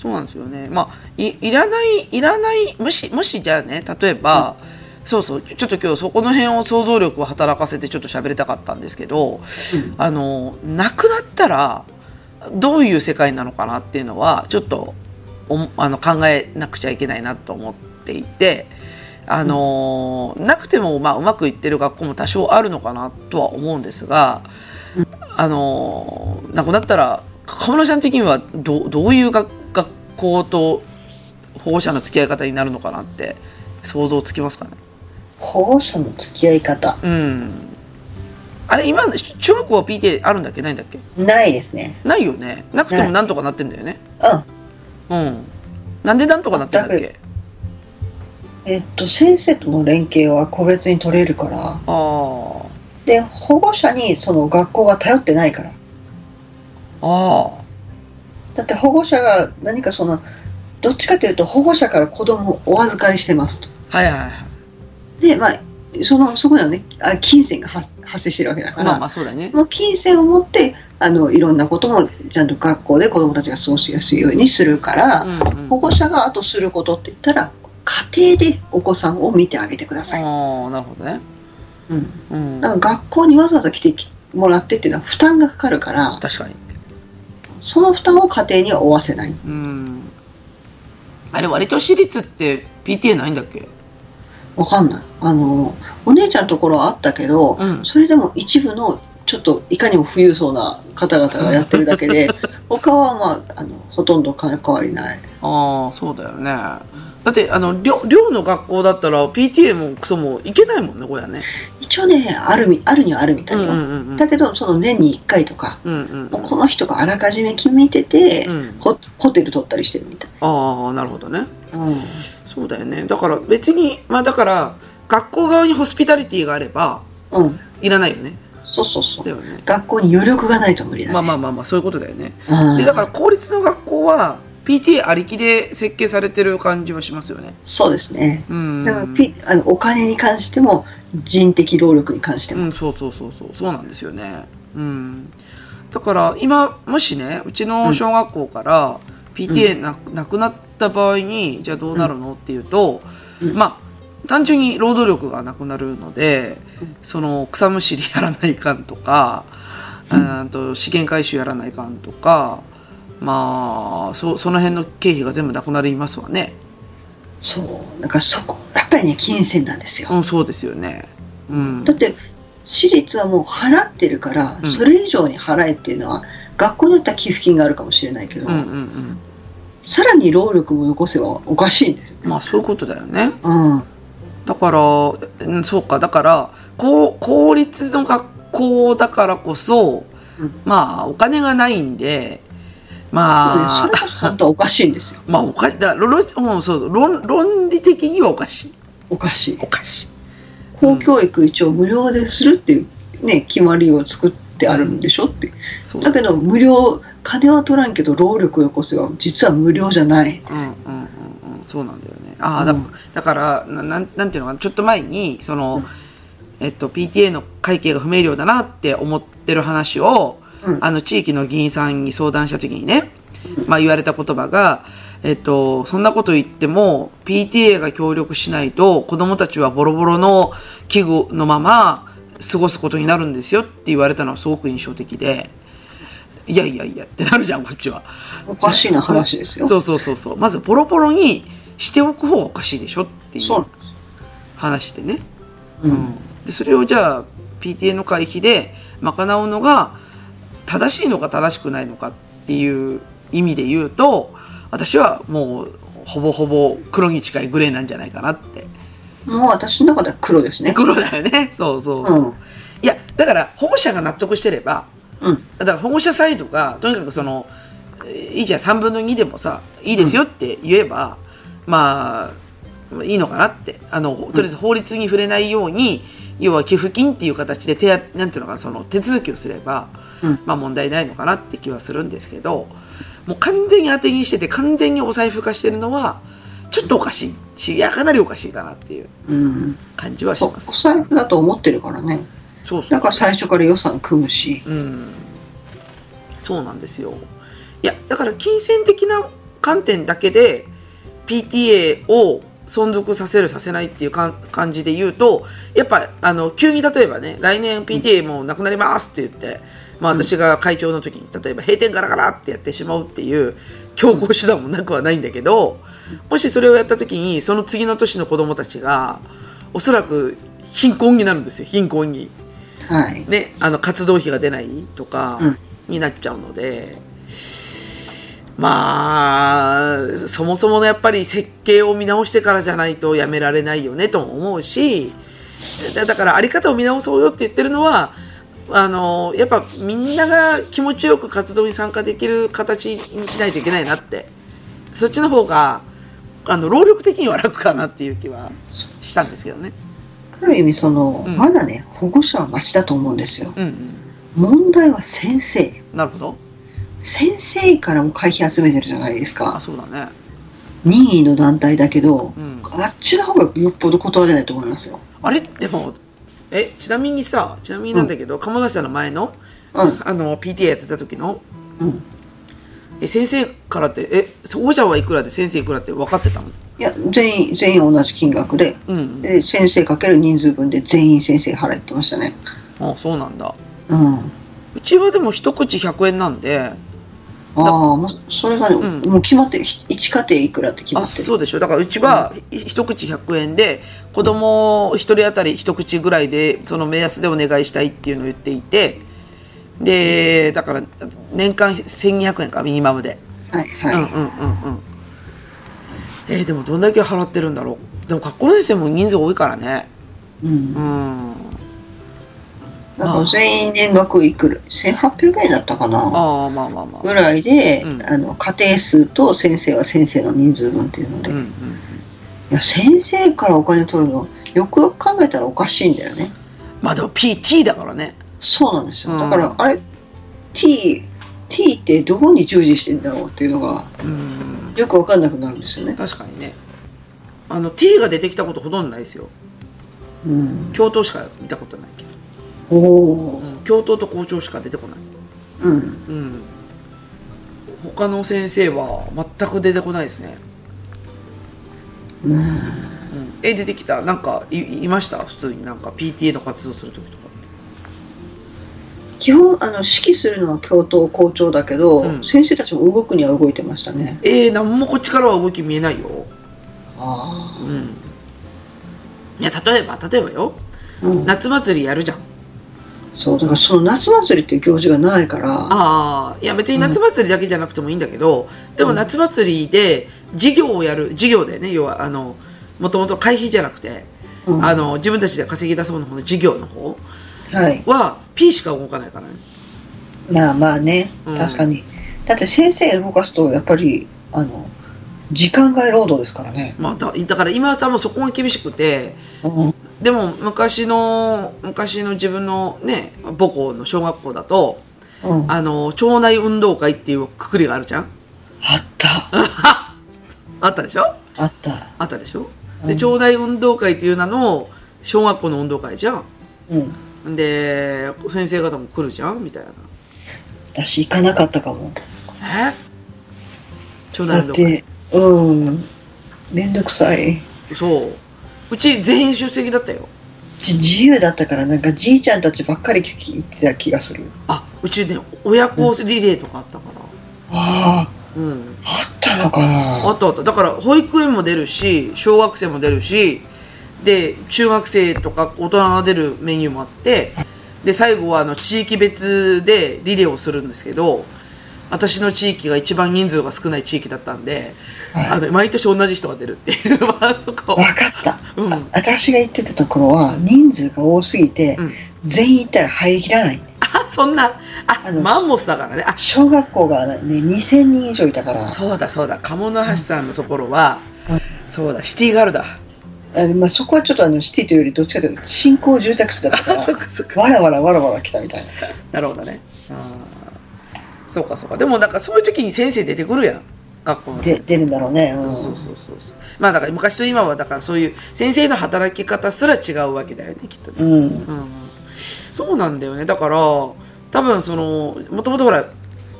[SPEAKER 2] そうなんですよねまあいいらないいらないもしもしじゃあね例えば、そうそうちょっと今日そこの辺を想像力を働かせてちょっと喋りたかったんですけど、あのなくなったらどういう世界なのかなっていうのはちょっとおもあの考えなくちゃいけないなと思っていて。あのなくても、まあ、うまくいってる学校も多少あるのかなとは思うんですが、あのなくなったら河村ちゃん的にはどどういう学学校と保護者の付き合い方になるのかなって想像つきますかね
[SPEAKER 3] 保護者の付き合い方
[SPEAKER 2] うんあれ今中学校は PTA あるんだっけないんだっけ
[SPEAKER 3] ないですね
[SPEAKER 2] ないよねなくて
[SPEAKER 3] な
[SPEAKER 2] も
[SPEAKER 3] い
[SPEAKER 2] なんとかなってんだよね
[SPEAKER 3] うん
[SPEAKER 2] うんなんでなんとかなってんだっ
[SPEAKER 3] 全
[SPEAKER 2] け
[SPEAKER 3] えっと先生との連携は個別に取れるから
[SPEAKER 2] ああ
[SPEAKER 3] で保護者にその学校が頼ってないから
[SPEAKER 2] ああ。
[SPEAKER 3] だって保護者が何かそのどっちかというと保護者から子供をお預かりしてますと
[SPEAKER 2] はいはいはい。
[SPEAKER 3] でまあそのそこにはねあ金銭が発発生してるわけだから、
[SPEAKER 2] まあまあそうだね
[SPEAKER 3] そ。の金銭を持ってあのいろんなこともちゃんと学校で子どもたちが過ごしやすいようにするから、
[SPEAKER 2] うんうん。
[SPEAKER 3] 保護者があとすることって言ったら家庭でお子さんを見てあげてください、
[SPEAKER 2] ああ、なるほどね。
[SPEAKER 3] うん、
[SPEAKER 2] うん。
[SPEAKER 3] だから学校にわざわざ来てもらってっていうのは負担がかかるから
[SPEAKER 2] 確かに。
[SPEAKER 3] その負担を家庭には負わせない
[SPEAKER 2] うん。あれ、割と私立って PTA ないんだっけ
[SPEAKER 3] わかんないあのお姉ちゃんのところはあったけど、
[SPEAKER 2] うん
[SPEAKER 3] それでも一部のちょっといかにも富裕層な方々がやってるだ けで他は、まあ、あのほとんど関わりない
[SPEAKER 2] ああ、そうだよね。だって、あの、寮寮の学校だったら PTA もクソも行けないもんね、これはね。
[SPEAKER 3] 一応ねあるみあるにはあるみた
[SPEAKER 2] う
[SPEAKER 3] い
[SPEAKER 2] んう
[SPEAKER 3] よ、
[SPEAKER 2] んうんうん。
[SPEAKER 3] だけどその年に1回とか、
[SPEAKER 2] うんうんう。
[SPEAKER 3] もうんこの人があらかじめ決めてて、
[SPEAKER 2] うん、
[SPEAKER 3] ホホテル取ったりしてるみたい、
[SPEAKER 2] ああ、なるほどね。
[SPEAKER 3] うん
[SPEAKER 2] そうだよね。だから別に、まあだから、学校側にホスピタリティがあれば、
[SPEAKER 3] うん、
[SPEAKER 2] いらないよね。
[SPEAKER 3] そうそうそう
[SPEAKER 2] だよね。
[SPEAKER 3] 学校に余力がないと無理だ、ね
[SPEAKER 2] まあまあまあまあ、そういうことだよね。
[SPEAKER 3] うん
[SPEAKER 2] で、だから公立の学校は、PTA ありきで設計されてる感じはしますよね。
[SPEAKER 3] そうですね
[SPEAKER 2] うん。
[SPEAKER 3] だからピあのお金に関しても人的労力に関して
[SPEAKER 2] う
[SPEAKER 3] も、
[SPEAKER 2] ん、そうそうそうそう、そうなんですよね。うん。だから、今、もしね、うちの小学校から PTA な,、なくなった場合に、じゃあどうなるのっていうと、
[SPEAKER 3] うん
[SPEAKER 2] まあ、単純に労働力がなくなるので、
[SPEAKER 3] うん
[SPEAKER 2] その、草むしりやらないかんとか、うーんと、資源回収やらないかんとか、まあ、そ、その辺の経費が全部なくなりますわね。
[SPEAKER 3] そうだからそこやっぱりね金銭なんですよ、
[SPEAKER 2] うん、そうですよね。うん
[SPEAKER 3] だ。って私立はもう払ってるから、
[SPEAKER 2] うん
[SPEAKER 3] それ以上に払えっていうのは学校によっては寄付金があるかもしれないけど、
[SPEAKER 2] うんうんうん。
[SPEAKER 3] さらに労力もよこせばおかしいんですよ、
[SPEAKER 2] まあ、そういうことだよね。
[SPEAKER 3] うん、
[SPEAKER 2] だから、うん、そうか、だから、公公立の学校だからこそ、
[SPEAKER 3] うん
[SPEAKER 2] まあ、お金がないんで、
[SPEAKER 3] そ
[SPEAKER 2] ま
[SPEAKER 3] れ
[SPEAKER 2] あ、
[SPEAKER 3] こそ本当はおかしい んですよ
[SPEAKER 2] まあ、お金、だ論うんそう論論理的にはおかしい。
[SPEAKER 3] おかしい
[SPEAKER 2] おかしい。
[SPEAKER 3] 公教育一応無料でするっていう、ね、決まりを作ってあるんでしょって
[SPEAKER 2] そう
[SPEAKER 3] だけど無料金は取らんけど労力をよこせば実は無料じゃない、
[SPEAKER 2] うんうんうんうんそうなんだよね。ああ、だ
[SPEAKER 3] うん
[SPEAKER 2] だからななんなんていうのかなちょっと前にその、
[SPEAKER 3] うん
[SPEAKER 2] えっと PTA の会計が不明瞭だなって思ってる話を、
[SPEAKER 3] うん
[SPEAKER 2] あの地域の議員さんに相談した時にね、まあ言われた言葉が。えっと、そんなこと言っても PTA が協力しないと子供たちはボロボロの器具のまま過ごすことになるんですよって言われたのはすごく印象的でいやいやいやってなるじゃんこっちは。
[SPEAKER 3] おかしいな話ですよ。
[SPEAKER 2] そうそうそうそう。まずボロボロにしておく方がおかしいでしょってい
[SPEAKER 3] そうう
[SPEAKER 2] 話でね。
[SPEAKER 3] うん
[SPEAKER 2] でそれをじゃあ PTA の会費で賄うのが正しいのか正しくないのかっていう意味で言うと私はもうほぼほぼ黒に近いグレーなんじゃないかなって。
[SPEAKER 3] もう私の中では黒ですね。
[SPEAKER 2] 黒だよね。そうそう
[SPEAKER 3] う
[SPEAKER 2] そう。
[SPEAKER 3] ん
[SPEAKER 2] いや、だから保護者が納得してれば
[SPEAKER 3] うん
[SPEAKER 2] だから保護者サイドがとにかくそのえーいいじゃん3分の2でもさいいですよって言えば、まあいいのかなってあのとりあえず法律に触れないように、要は寄付金っていう形で手当なんていうのかなその手続きをすれば、
[SPEAKER 3] うん
[SPEAKER 2] まあ問題ないのかなって気はするんですけどもう完全に当てにしてて完全にお財布化してるのはちょっとおかしいしいやかなりおかしいかなっていう
[SPEAKER 3] うん、
[SPEAKER 2] 感じはし
[SPEAKER 3] そう
[SPEAKER 2] ます。
[SPEAKER 3] お財布だと思ってるからね
[SPEAKER 2] そうそう
[SPEAKER 3] だから最初から予算組むし、
[SPEAKER 2] うん、そうなんですよ。いや、だから金銭的な観点だけで PTA を存続させるさせないっていうかん感じで言うと、やっぱあの急に例えばね、来年 PTA もうなくなりますって言って、まあ私が会長の時に例えば閉店ガラガラってやってしまうっていう強行手段もなくはないんだけど、もしそれをやった時にその次の年の子供たちがおそらく貧困になるんですよ、貧困に。
[SPEAKER 3] はい、
[SPEAKER 2] ね、あの活動費が出ないとか
[SPEAKER 3] うん
[SPEAKER 2] になっちゃうので、まあそもそものやっぱり設計を見直してからじゃないとやめられないよねとも思うしだだからあり方を見直そうよって言ってるのはあのやっぱみんなが気持ちよく活動に参加できる形にしないといけないなってそっちの方があの労力的には楽かなっていう気はしたんですけどね。
[SPEAKER 3] ある意味その、
[SPEAKER 2] うん
[SPEAKER 3] まだね保護者はマシだと思うんですよ
[SPEAKER 2] うん、うん
[SPEAKER 3] 問題は先生
[SPEAKER 2] なるほど。
[SPEAKER 3] 先生からも会費集めてるじゃないです
[SPEAKER 2] あ
[SPEAKER 3] か
[SPEAKER 2] そうだね
[SPEAKER 3] 任意の団体だけど
[SPEAKER 2] うん
[SPEAKER 3] あっちの方がよっぽど断れないと思いますよ
[SPEAKER 2] あれでもえちなみにさちなみになんだけど、鴨頭さんの前の
[SPEAKER 3] う ん
[SPEAKER 2] あの PTA やってた時の
[SPEAKER 3] うん
[SPEAKER 2] え先生からってえ保者はいくらで先生いくらって分かってたの
[SPEAKER 3] いや全員全員同じ金額で
[SPEAKER 2] うん
[SPEAKER 3] で先生かける人数分で全員先生払ってましたね
[SPEAKER 2] あそうなんだ
[SPEAKER 3] うん
[SPEAKER 2] うちはでも一口100円なんで
[SPEAKER 3] ああもうそれがね、
[SPEAKER 2] うん
[SPEAKER 3] もう決まってるひ一家庭いくらって決ま
[SPEAKER 2] あ
[SPEAKER 3] ってる
[SPEAKER 2] そうでしょだからうちはひ一口100円で子供一人当たり一口ぐらいでその目安でお願いしたいっていうのを言っていてでだから年間1200円かミニマムで
[SPEAKER 3] はいはい、
[SPEAKER 2] うんうんうんうんえーでもどんだけ払ってるんだろうでも学校の先生も人数多いからね
[SPEAKER 3] うん
[SPEAKER 2] うん
[SPEAKER 3] なんか全員年額いくら1800円だったかな
[SPEAKER 2] ああまあまあまあ
[SPEAKER 3] ぐらいで、
[SPEAKER 2] うん
[SPEAKER 3] あの家庭数と先生は先生の人数分っていうので、
[SPEAKER 2] うんう
[SPEAKER 3] い
[SPEAKER 2] ん
[SPEAKER 3] や先生からお金取るのよくよく考えたらおかしいんだよね
[SPEAKER 2] まあでも PT だからね
[SPEAKER 3] そうなんですよ、
[SPEAKER 2] うん
[SPEAKER 3] だからあれ T, T ってどこに従事してんだろうっていうのが
[SPEAKER 2] うん
[SPEAKER 3] よくわかんなくなるんですよね、
[SPEAKER 2] 確かにねあの T が出てきたことほとんどないですよ
[SPEAKER 3] うん、
[SPEAKER 2] 教頭しか見たことないけど、
[SPEAKER 3] おおー
[SPEAKER 2] うん、教頭と校長しか出てこない
[SPEAKER 3] うん
[SPEAKER 2] うん他の先生は全く出てこないですね、
[SPEAKER 3] うん
[SPEAKER 2] うん、え出てきたなんかいいました普通になんか PTA の活動する時とか
[SPEAKER 3] 基本あの指揮するのは教頭校長だけど、
[SPEAKER 2] うん
[SPEAKER 3] 先生たちも動くには動いてましたね
[SPEAKER 2] えー、何もこっちからは動き見えないよ
[SPEAKER 3] あ
[SPEAKER 2] うんいや例えば例えばよ
[SPEAKER 3] あ、うん、
[SPEAKER 2] 夏祭りやるじゃん
[SPEAKER 3] そうだからその夏祭りっていう行事がないから
[SPEAKER 2] ああいや別に夏祭りだけじゃなくてもいいんだけど、でも夏祭りで事業をやる事業だよね要はあのもともと会費じゃなくて
[SPEAKER 3] うん
[SPEAKER 2] あの自分たちで稼ぎ出す方の方の事業の方
[SPEAKER 3] はい
[SPEAKER 2] は P しか動かないからね
[SPEAKER 3] まあまあね
[SPEAKER 2] うん
[SPEAKER 3] 確かに、だって先生動かすとやっぱりあの時間外労働ですからね、
[SPEAKER 2] まあ、だだから今は多分そこが厳しくて
[SPEAKER 3] うん
[SPEAKER 2] でも昔の昔の自分のね母校の小学校だと
[SPEAKER 3] うん、あ
[SPEAKER 2] あの町内運動会っていうくくりがあるじゃん
[SPEAKER 3] った
[SPEAKER 2] あったでしょ
[SPEAKER 3] あった
[SPEAKER 2] あったでしょ
[SPEAKER 3] う
[SPEAKER 2] で
[SPEAKER 3] ん
[SPEAKER 2] 町内運動会っていう名の小学校の運動会じゃん
[SPEAKER 3] うん
[SPEAKER 2] で先生方も来るじゃんみたいな
[SPEAKER 3] 私行かなかったかも
[SPEAKER 2] え長
[SPEAKER 3] だ
[SPEAKER 2] 男
[SPEAKER 3] っ
[SPEAKER 2] の会
[SPEAKER 3] てうんめんどくさい
[SPEAKER 2] そううち全員出席だったよ
[SPEAKER 3] じ自由だったからなんかじいちゃんたちばっかり聞いてた気がする
[SPEAKER 2] あうちね親子リレーとかあったから
[SPEAKER 3] あ
[SPEAKER 2] うん、
[SPEAKER 3] ああったのかな
[SPEAKER 2] あったあっただから保育園も出るし小学生も出るしで中学生とか大人が出るメニューもあってで最後はあの地域別でリレーをするんですけど私の地域が一番人数が少ない地域だったんで、
[SPEAKER 3] はい
[SPEAKER 2] あの毎年同じ人が出るっていうあのこ
[SPEAKER 3] わかった、
[SPEAKER 2] うん
[SPEAKER 3] あ私が行ってたところは人数が多すぎて、
[SPEAKER 2] うん
[SPEAKER 3] 全員行ったら入らない
[SPEAKER 2] あそんなあ
[SPEAKER 3] あの
[SPEAKER 2] マンモスだからねあ
[SPEAKER 3] 小学校がね2000人以上いたから
[SPEAKER 2] そうだそうだ鴨の橋さんのところは、
[SPEAKER 3] うん
[SPEAKER 2] そうだシティガールだ
[SPEAKER 3] あまあ、そこはちょっとあのシティというよりどっちかというと新興住宅地だったか
[SPEAKER 2] あ そっ
[SPEAKER 3] ら
[SPEAKER 2] かそっか
[SPEAKER 3] わらわらわらわら来たみたいな
[SPEAKER 2] なるほどね。あーそうかそうか。でもなんかそういう時に先生出てくるやん。学校の
[SPEAKER 3] で
[SPEAKER 2] 先生。
[SPEAKER 3] 出るんだろうね、うん、
[SPEAKER 2] そうそうそうそうそう。まあだから昔と今はだからそういう先生の働き方すら違うわけだよね、きっとね。
[SPEAKER 3] うん
[SPEAKER 2] うん。そうなんだよね。だから、多分その、もともとほら、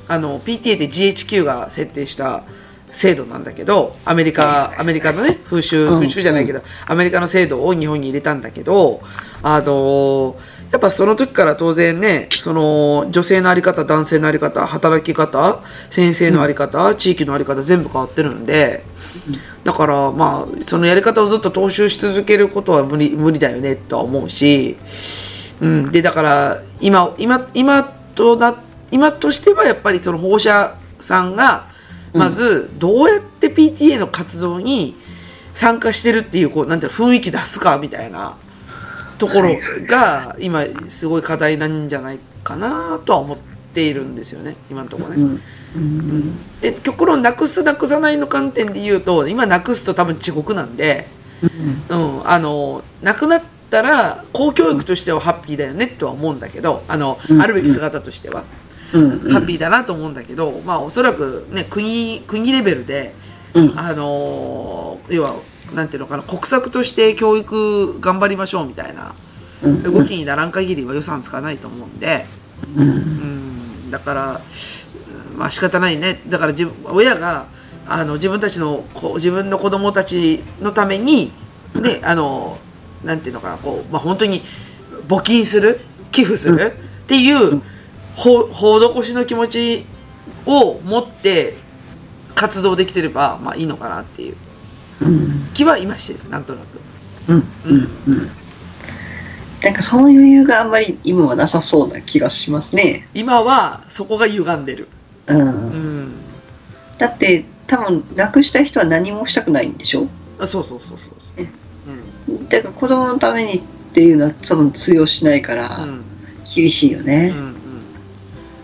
[SPEAKER 2] あの、PTA で GHQ が設定した制度なんだけど、アメリカ、アメリカのね、風習、
[SPEAKER 3] うん
[SPEAKER 2] 風習じゃないけど、アメリカの制度を日本に入れたんだけど、あのーやっぱその時から当然ね、その、女性のあり方、男性のあり方、働き方、先生のあり方、地域のあり方、全部変わってるんで、だから、まあ、そのやり方をずっと踏襲し続けることは無理、無理だよね、とは思うし、うん、でだから今今今とな今としてはやっぱりその保護者さんがまずどうやって PTA の活動に参加してるっていうこうなんていうの雰囲気出すかみたいなところが今すごい課題なんじゃないかなとは思っているんですよね今のところ
[SPEAKER 3] う
[SPEAKER 2] ね。
[SPEAKER 3] んうん
[SPEAKER 2] で極論なくすなくさないの観点で言うと今なくすと多分地獄なんで。
[SPEAKER 3] うん
[SPEAKER 2] うん、あの、なくなったら、公教育としてはハッピーだよねとは思うんだけど、あの、
[SPEAKER 3] うん
[SPEAKER 2] あるべき姿としては。
[SPEAKER 3] うんうん
[SPEAKER 2] ハッピーだなと思うんだけど、まあおそらくね、国、国レベルで、
[SPEAKER 3] うん
[SPEAKER 2] あのー要は、なんていうのかな、国策として教育頑張りましょうみたいな
[SPEAKER 3] うん
[SPEAKER 2] 動きにならん限りは予算つかないと思うんで、
[SPEAKER 3] う
[SPEAKER 2] うんん、だから、うんまあ仕方ないね。だから自分、親が、あの、自分たちの子、自分の子供たちのために、ね、あの、なんていうのかな、こう、まあ本当に募金する、寄付するっていう、ほ、施しの気持ちを持って活動できてれば、まあいいのかなっていう
[SPEAKER 3] うん
[SPEAKER 2] 気は今してる、なんとなく。
[SPEAKER 3] うんうんなんかその余裕があんまり今はなさそうな気がしますね。
[SPEAKER 2] 今はそこが歪んでる。
[SPEAKER 3] う、
[SPEAKER 2] うんん。
[SPEAKER 3] だって多分なくした人は何もしたくないんでしょ
[SPEAKER 2] あそうそうそうそうそう。う
[SPEAKER 3] だから子供のためにっていうのは多分通用しないから
[SPEAKER 2] ん。うん。
[SPEAKER 3] 厳しいよ
[SPEAKER 2] う
[SPEAKER 3] ね
[SPEAKER 2] ん。うん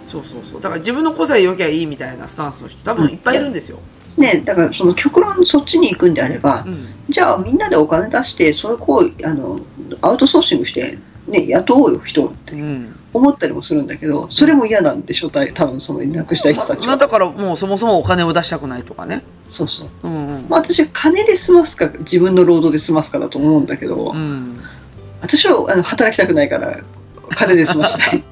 [SPEAKER 2] そうそうそうだから自分の個性良きゃいいみたいなスタンスの人多分いっぱいいるんですよ、
[SPEAKER 3] ねだからその極論そっちに行くんであれば
[SPEAKER 2] うん
[SPEAKER 3] じゃあみんなでお金出してそれこうあのアウトソーシングして、ね、雇おうよ人って
[SPEAKER 2] うん
[SPEAKER 3] 思ったりもするんだけどそれも嫌なんでしょ多分そのなくした人たち
[SPEAKER 2] まあ、
[SPEAKER 3] は。
[SPEAKER 2] だからもうそもそもお金を出したくないとかね
[SPEAKER 3] そうそう
[SPEAKER 2] うんうん、
[SPEAKER 3] まあ、私は金で済ますか自分の労働で済ますかだと思うんだけど、
[SPEAKER 2] うん、
[SPEAKER 3] 私はあの働きたくないから金で済ま したい。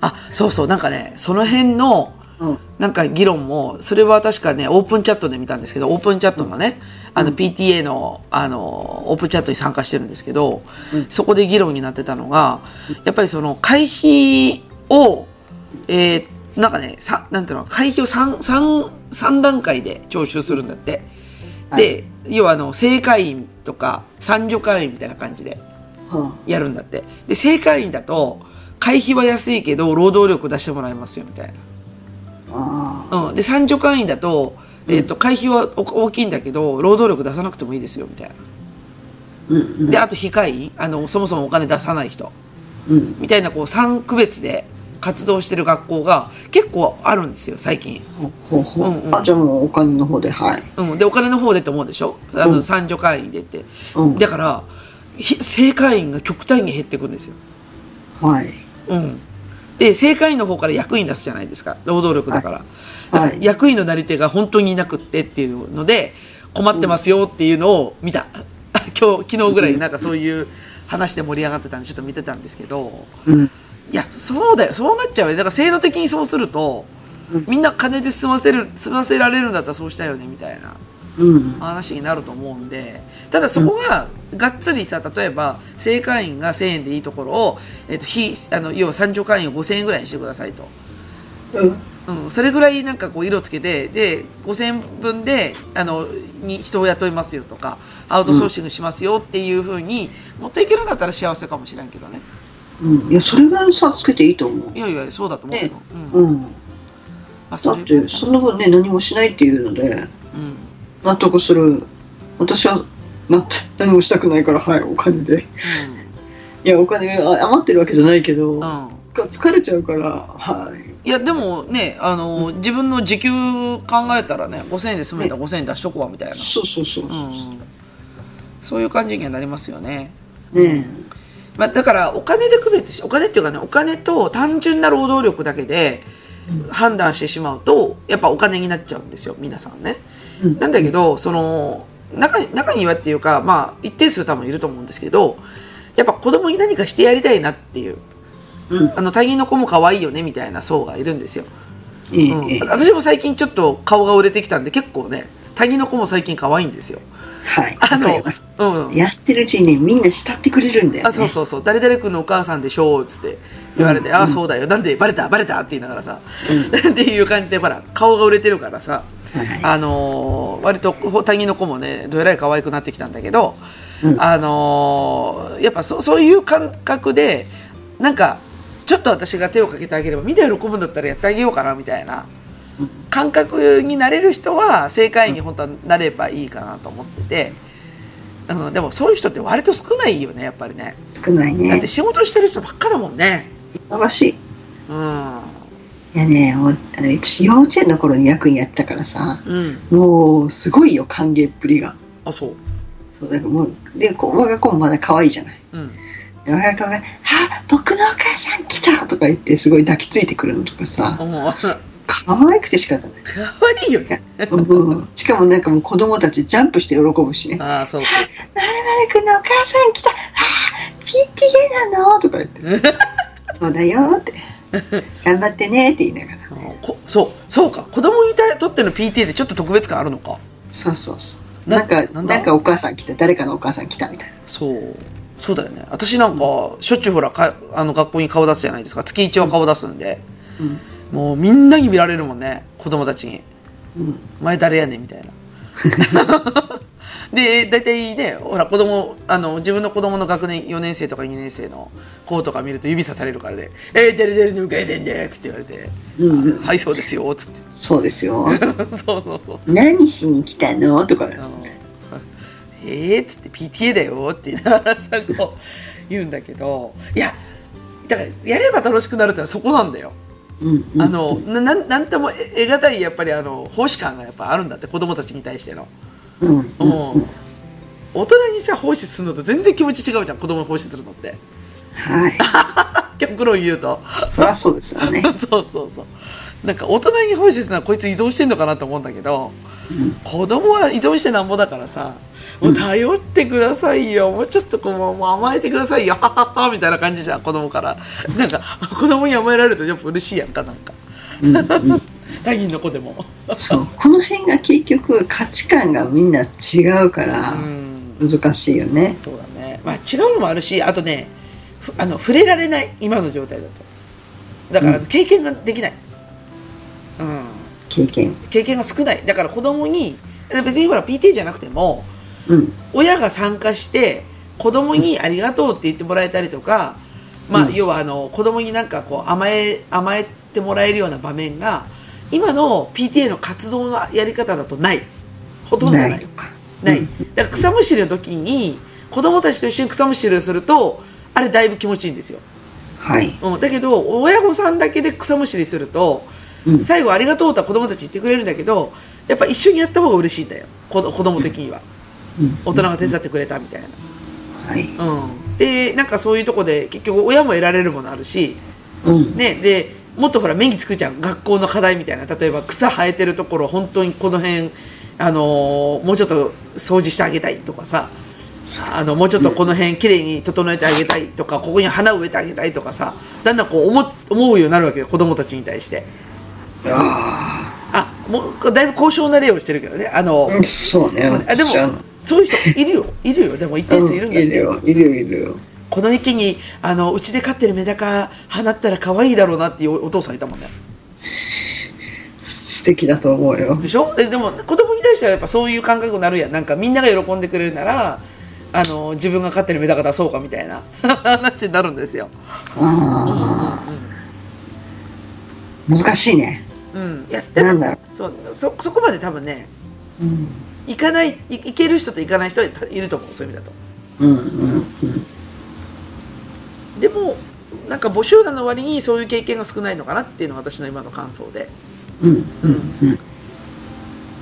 [SPEAKER 2] あそうそうなんかねその辺の
[SPEAKER 3] うん
[SPEAKER 2] なんか議論もそれは確かねオープンチャットで見たんですけどオープンチャットのね、あの PTA のあのオープンチャットに参加してるんですけど、
[SPEAKER 3] うん
[SPEAKER 2] そこで議論になってたのがやっぱりその会費をえーなんかねさなんていうの会費を 3, 三三段階で徴収するんだって、
[SPEAKER 3] はい
[SPEAKER 2] で要はあの正会員とか参助会員みたいな感じで
[SPEAKER 3] は
[SPEAKER 2] やるんだってで正会員だと会費は安いけど労働力出してもらいますよみたいな
[SPEAKER 3] ああ
[SPEAKER 2] うん、で三助会員だと,、えっと会費はお大きいんだけど労働力出さなくてもいいですよみたいな
[SPEAKER 3] うんうん
[SPEAKER 2] であと非会員あのそもそもお金出さない人
[SPEAKER 3] うん
[SPEAKER 2] みたいなこう三区別で活動してる学校が結構あるんですよ最近、
[SPEAKER 3] ほうほう
[SPEAKER 2] うんうん
[SPEAKER 3] あじゃあもうお金の方ではい。
[SPEAKER 2] うん、でお金の方でって思うでしょあ
[SPEAKER 3] う
[SPEAKER 2] の
[SPEAKER 3] ん
[SPEAKER 2] 三助会員でって
[SPEAKER 3] うん
[SPEAKER 2] だからひ正会員が極端に減ってくんですよ、
[SPEAKER 3] はい
[SPEAKER 2] うん、で正会員の方から役員出すじゃないですか労働力だから、
[SPEAKER 3] は
[SPEAKER 2] だから
[SPEAKER 3] い。
[SPEAKER 2] 役員のなり手が本当にいなくってっていうので困ってますよっていうのを見た 今日昨日ぐらいなんかそういう話で盛り上がってたんでちょっと見てたんですけど
[SPEAKER 3] うん
[SPEAKER 2] いやそうだよそうなっちゃうよだから制度的にそうすると
[SPEAKER 3] うん
[SPEAKER 2] みんな金で済ませる済ませられるんだったらそうしたよねみたいな
[SPEAKER 3] うん
[SPEAKER 2] 話になると思うんでただそこががっつりさ例えば正会員が1000円でいいところを、えっと非あの要は参助会員を5000円ぐらいにしてくださいと。
[SPEAKER 3] うん
[SPEAKER 2] うん、それぐらいなんかこう色つけて、で、5000分で、あの、に人を雇いますよとか、アウトソーシングしますよっていう風に持っていけるんだったら幸せかもしれんけどね。
[SPEAKER 3] うんいやそれぐらいの差つけていいと思う
[SPEAKER 2] い。やいや、そうだと思うけど。うん。ま
[SPEAKER 3] うん、
[SPEAKER 2] あ、
[SPEAKER 3] だ
[SPEAKER 2] それ
[SPEAKER 3] っ、てその分ね何もしないっていうので
[SPEAKER 2] うん。
[SPEAKER 3] 納得する私はな何もしたくないからはいお金でいやお金あ余ってるわけじゃないけど、
[SPEAKER 2] うん。うん。
[SPEAKER 3] 疲疲れちゃうから、はい。
[SPEAKER 2] いや、でもね、あの、自分の時給考えたらね、5000円で済むんだったら5000円出しとこわ、みたいな。
[SPEAKER 3] そうそうそう。
[SPEAKER 2] うん。そういう感じにはなりますよね。
[SPEAKER 3] ね
[SPEAKER 2] まあ、だからお金で区別しお金っていうかねお金と単純な労働力だけで
[SPEAKER 3] う
[SPEAKER 2] 判断してしまうとやっぱお金になっちゃうんですよ皆さんね。
[SPEAKER 3] え。うん
[SPEAKER 2] なんだけどその中に中にはっていうかまあ一定数多分いると思うんですけどやっぱ子供に何かしてやりたいなっていう
[SPEAKER 3] うん。
[SPEAKER 2] あの他人の子も可愛いよねみたいな層がいるんですよ。
[SPEAKER 3] え
[SPEAKER 2] うん
[SPEAKER 3] えええ、
[SPEAKER 2] 私も最近ちょっと顔が売れてきたんで結構ね他人の子も最近可愛いんですよ。
[SPEAKER 3] はい。
[SPEAKER 2] あ
[SPEAKER 3] わかり
[SPEAKER 2] の
[SPEAKER 3] ます、
[SPEAKER 2] うん、
[SPEAKER 3] やってるうちにね、みんな慕ってくれるんだよ、ね。
[SPEAKER 2] あそうそうそう誰々君のお母さんでしょうっつって言われて、
[SPEAKER 3] うん
[SPEAKER 2] あ
[SPEAKER 3] うん
[SPEAKER 2] そうだよなんでバレたバレたって言いながらさ、 っていう感じでほら顔が売れてるからさ、
[SPEAKER 3] は
[SPEAKER 2] あのー割と他人の子もねどえらい可愛くなってきたんだけど、
[SPEAKER 3] うん
[SPEAKER 2] あのーやっぱそそういう感覚でなんかちょっと私が手をかけてあげればみんな喜ぶんだったらやってあげようかなみたいな
[SPEAKER 3] うん
[SPEAKER 2] 感覚になれる人は正解に本当はなればいいかなと思ってて、うん、でもそういう人って割と少ないよねやっぱりね。
[SPEAKER 3] い。少ない
[SPEAKER 2] だっ
[SPEAKER 3] ね
[SPEAKER 2] て。仕事してる人ばっかだもんね。
[SPEAKER 3] 忙しい。い
[SPEAKER 2] うん。
[SPEAKER 3] やね、もう、あの私幼稚園の頃に役員やってたからさ、
[SPEAKER 2] うん。
[SPEAKER 3] もう、すごいよ、歓迎っぷりが。
[SPEAKER 2] あ、そう。
[SPEAKER 3] そう、だからもう、で、こう我が子もまだ可愛いじゃない。
[SPEAKER 2] うん。
[SPEAKER 3] 親子が「あ僕のお母さん来た!」とか言ってすごい抱きついてくるのとかさ
[SPEAKER 2] おお、可
[SPEAKER 3] 可愛くて仕方ない、
[SPEAKER 2] 愛いよね。
[SPEAKER 3] うん、しかもなんかもう子供たちジャンプして喜ぶしね
[SPEAKER 2] ああ、そうそうそ
[SPEAKER 3] 「まるまるくんのお母さん来たあー PTA なの?」とか 言って「そうだよ」って「頑張ってね」って言いながら
[SPEAKER 2] ううん。こそう、そうか。子供にとっての PT でちょっと特別感あるのか。
[SPEAKER 3] そうそうそう
[SPEAKER 2] な
[SPEAKER 3] なん
[SPEAKER 2] な
[SPEAKER 3] かなんん
[SPEAKER 2] だ
[SPEAKER 3] かお母さん来た誰かのお母さん来たみたいな
[SPEAKER 2] そう。そうだよね。私なんか、しょっちゅうほら、かあの、学校に顔出すじゃないですか。月一は顔出すんで。
[SPEAKER 3] うん
[SPEAKER 2] もうみんなに見られるもんね。子供たちに。
[SPEAKER 3] うん
[SPEAKER 2] お前誰やねんみたいな。で、大体ね、ほら子供、あの、自分の子供の学年、4年生とか2年生の子とか見ると指さされるからで、えー、誰々に向かえてんでつって言われて、
[SPEAKER 3] うんうん
[SPEAKER 2] はい、そうですよ、つって。
[SPEAKER 3] そうですよ
[SPEAKER 2] そうそうそう。
[SPEAKER 3] 何しに来たのとか
[SPEAKER 2] あのえー、っつって PTA だよって言いながらさ、こう言うんだけど、いや、だからやれば楽しくなるってのはそこなんだよ。
[SPEAKER 3] うんうん
[SPEAKER 2] あの、ななんなんとも得難い、やっぱりあの、奉仕感がやっぱあるんだって、子供たちに対しての。
[SPEAKER 3] うん
[SPEAKER 2] う
[SPEAKER 3] うんんうん
[SPEAKER 2] 大人にさ奉仕するのと全然気持ち違うじゃん子供に奉仕するのって
[SPEAKER 3] はい
[SPEAKER 2] 極論言うと
[SPEAKER 3] そりゃそうですよね
[SPEAKER 2] そうそうそうなんか大人に奉仕するのはこいつ依存してんのかなと思うんだけど
[SPEAKER 3] うん
[SPEAKER 2] 子供は依存してなんぼだからさもう頼ってくださいよ、もうちょっとこうもう甘えてくださいよはははみたいな感じじゃん子供からなんか子供に甘えられるとやっぱ嬉しいやんかなんか
[SPEAKER 3] うんうん
[SPEAKER 2] 他人の子でも
[SPEAKER 3] そうこの辺が結局価値観がみんな違うか
[SPEAKER 2] う
[SPEAKER 3] ら
[SPEAKER 2] ん
[SPEAKER 3] 難しいよね
[SPEAKER 2] そうだね。まあ違うのもあるし、あとね、ふあの触れられない今の状態だと。だから
[SPEAKER 3] うん
[SPEAKER 2] 経験ができない。うん。
[SPEAKER 3] 経験
[SPEAKER 2] 経験が少ない。だから子供に、別にほら PT じゃなくても、
[SPEAKER 3] うん
[SPEAKER 2] 親が参加して子供にありがとうって言ってもらえたりとか、まあ、
[SPEAKER 3] うん
[SPEAKER 2] 要はあの子供になんかこう甘え甘えてもらえるような場面が今の PTA の活動のやり方だとないほとんどない
[SPEAKER 3] ないとか
[SPEAKER 2] ない
[SPEAKER 3] うん
[SPEAKER 2] だから草むしりの時に子供たちと一緒に草むしりをするとあれだいぶ気持ちいいんですよ、
[SPEAKER 3] はい
[SPEAKER 2] うん、だけど親御さんだけで草むしりすると
[SPEAKER 3] うん
[SPEAKER 2] 最後ありがとうとは子供たち言ってくれるんだけどやっぱ一緒にやった方が嬉しいんだよ子子供的には
[SPEAKER 3] うん
[SPEAKER 2] 大人が手伝ってくれたみたいな
[SPEAKER 3] はい
[SPEAKER 2] うん、でなんかそういうとこで結局親も得られるものあるし、
[SPEAKER 3] うん
[SPEAKER 2] ね、でもっとほら目につくじゃん学校の課題みたいな例えば草生えてるところ本当にこの辺、あのーもうちょっと掃除してあげたいとかさあのもうちょっとこの辺きれいに整えてあげたいとかここに花植えてあげたいとかさだんだんこう思思うようになるわけよ子供たちに対して
[SPEAKER 3] あ
[SPEAKER 2] あもうだいぶ高尚な例をしてるけどねあの、
[SPEAKER 3] あうんそうね
[SPEAKER 2] あでも
[SPEAKER 3] 私は
[SPEAKER 2] そういう人いるよいるよでも一定数いるんだって、
[SPEAKER 3] ういるよいるよいるよ
[SPEAKER 2] この池にあのうちで飼ってるメダカ放ったら可愛いだろうなっていうお父さんいたもんね
[SPEAKER 3] 素敵だと思うよ
[SPEAKER 2] でしょででも子供に対してはやっぱそういう感覚になるやんなんかみんなが喜んでくれるならあの自分が飼ってるメダカ出そうかみたいな話になるんですよ、
[SPEAKER 3] ああ難しいね
[SPEAKER 2] うん、いやで
[SPEAKER 3] なん
[SPEAKER 2] も
[SPEAKER 3] だろ
[SPEAKER 2] そうそそこまで多分ね
[SPEAKER 3] ううん
[SPEAKER 2] 行かないい行ける人と行かない人はいると思うそういう意味だと
[SPEAKER 3] うんうんうん
[SPEAKER 2] でもなんか募集団の割にそういう経験が少ないのかなっていうのが私の今の感想で
[SPEAKER 3] うんうんうん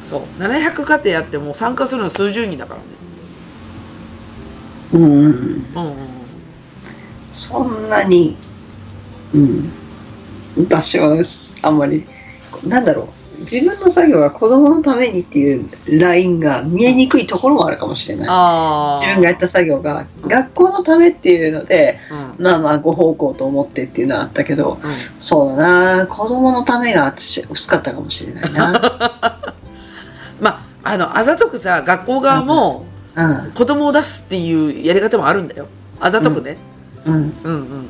[SPEAKER 2] そう700家庭あっても参加するの数十人だからね
[SPEAKER 3] うんうん
[SPEAKER 2] うんうんうん
[SPEAKER 3] そんなに、うん、私はあんまり、なんだろう、自分の作業は子供のためにっていうラインが見えにくいところもあるかもしれない。
[SPEAKER 2] ああ。
[SPEAKER 3] 自分がやった作業が学校のためっていうので、
[SPEAKER 2] うん。
[SPEAKER 3] まあまあご奉公と思ってっていうのはあったけど、
[SPEAKER 2] うん。
[SPEAKER 3] そうだな、子供のためが私薄かったかもしれないな。
[SPEAKER 2] まあ、あの、あざとくさ、学校側も
[SPEAKER 3] うん
[SPEAKER 2] 子供を出すっていうやり方もあるんだよ。あざとくね。
[SPEAKER 3] うん
[SPEAKER 2] うん、うん、うんうん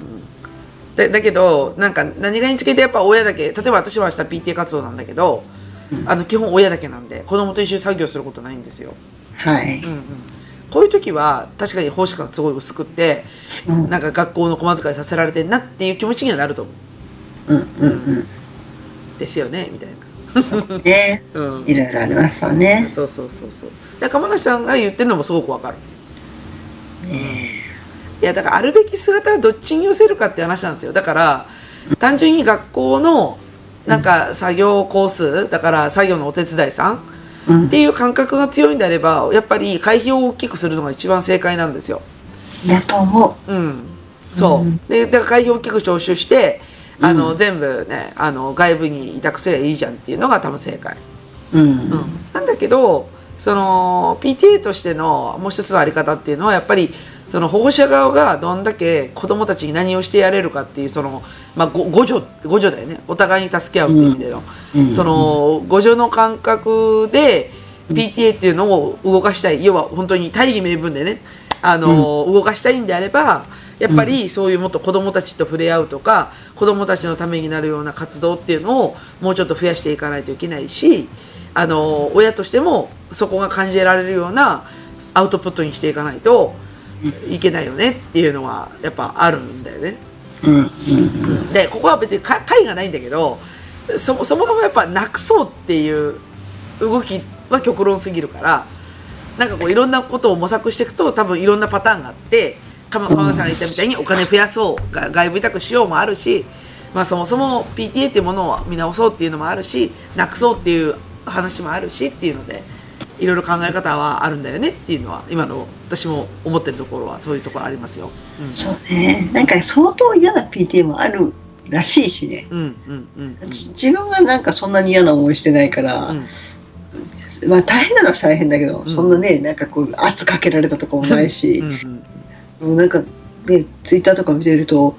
[SPEAKER 2] だだけど、なんか何がにつけてやっぱ親だけ、例えば私は明日 PTA 活動なんだけど、
[SPEAKER 3] うん
[SPEAKER 2] あの、基本親だけなんで、子供と一緒に作業することないんですよ。
[SPEAKER 3] はい
[SPEAKER 2] うん、うん。こういう時は、確かに奉仕感すごい薄くって、
[SPEAKER 3] うん
[SPEAKER 2] なんか学校の小遣いさせられてんなっていう気持ちにはなると思
[SPEAKER 3] うんうん
[SPEAKER 2] うんですよね、みたいな。
[SPEAKER 3] うんね
[SPEAKER 2] うん
[SPEAKER 3] い。ろいろありますわね
[SPEAKER 2] そうそうそうそう。だから、鎌田さんが言ってるのもすごくわかる。
[SPEAKER 3] ね
[SPEAKER 2] いやだからあるべき姿はどっちに寄せるかっていう話なんですよだから単純に学校のなんか作業コースだから作業のお手伝いさんっ
[SPEAKER 3] うん
[SPEAKER 2] ていう感覚が強いんであればやっぱり会費を大きくするのが一番正解なんですよ。
[SPEAKER 3] だと思う
[SPEAKER 2] うん、そう、
[SPEAKER 3] うん
[SPEAKER 2] でだから会費大きく徴収してあの、
[SPEAKER 3] う
[SPEAKER 2] 全部ねあの外部に委託すればいいじゃんっていうのが多分正解、
[SPEAKER 3] うん
[SPEAKER 2] うん、なんだけどその PTA としてのもう一つのあり方っていうのはやっぱりその保護者側がどんだけ子どもたちに何をしてやれるかっていうその、まあ、ご互助互助だよねお互いに助け合うっていう意味での、
[SPEAKER 3] うん
[SPEAKER 2] その互助の感覚で PTA っていうのを動かしたい要は本当に大義名分でねあの、動かしたいんであればやっぱりそういうもっと子どもたちと触れ合うとか子どもたちのためになるような活動っていうのをもうちょっと増やしていかないといけないしあの親としてもそこが感じられるようなアウトプットにしていかないといけないよねっていうのはやっぱあるんだよね。
[SPEAKER 3] うんうん
[SPEAKER 2] でここは別にか会がないんだけどそもそもそもやっぱなくそうっていう動きは極論すぎるからなんかこういろんなことを模索していくと多分いろんなパターンがあって鎌川さんが言ったみたいにお金増やそうが外部委託しようもあるし、まあ、そもそも PTA っていうものを見直そうっていうのもあるしなくそうっていう話もあるしっていうのでいろいろ考え方はあるんだよねっていうのは今の私も思ってるところはそういうところありますよ。
[SPEAKER 3] そうねなんか相当嫌な PTA もあるらしいしね
[SPEAKER 2] うん、うん、うん、うん、うん
[SPEAKER 3] 自分はなんかそんなに嫌な思いしてないから、
[SPEAKER 2] うん
[SPEAKER 3] まあ大変なのは大変だけど、
[SPEAKER 2] うん
[SPEAKER 3] そんなねなんかこう圧かけられたとかもないし、
[SPEAKER 2] うんうん
[SPEAKER 3] もうなんかねツイッターとか見てると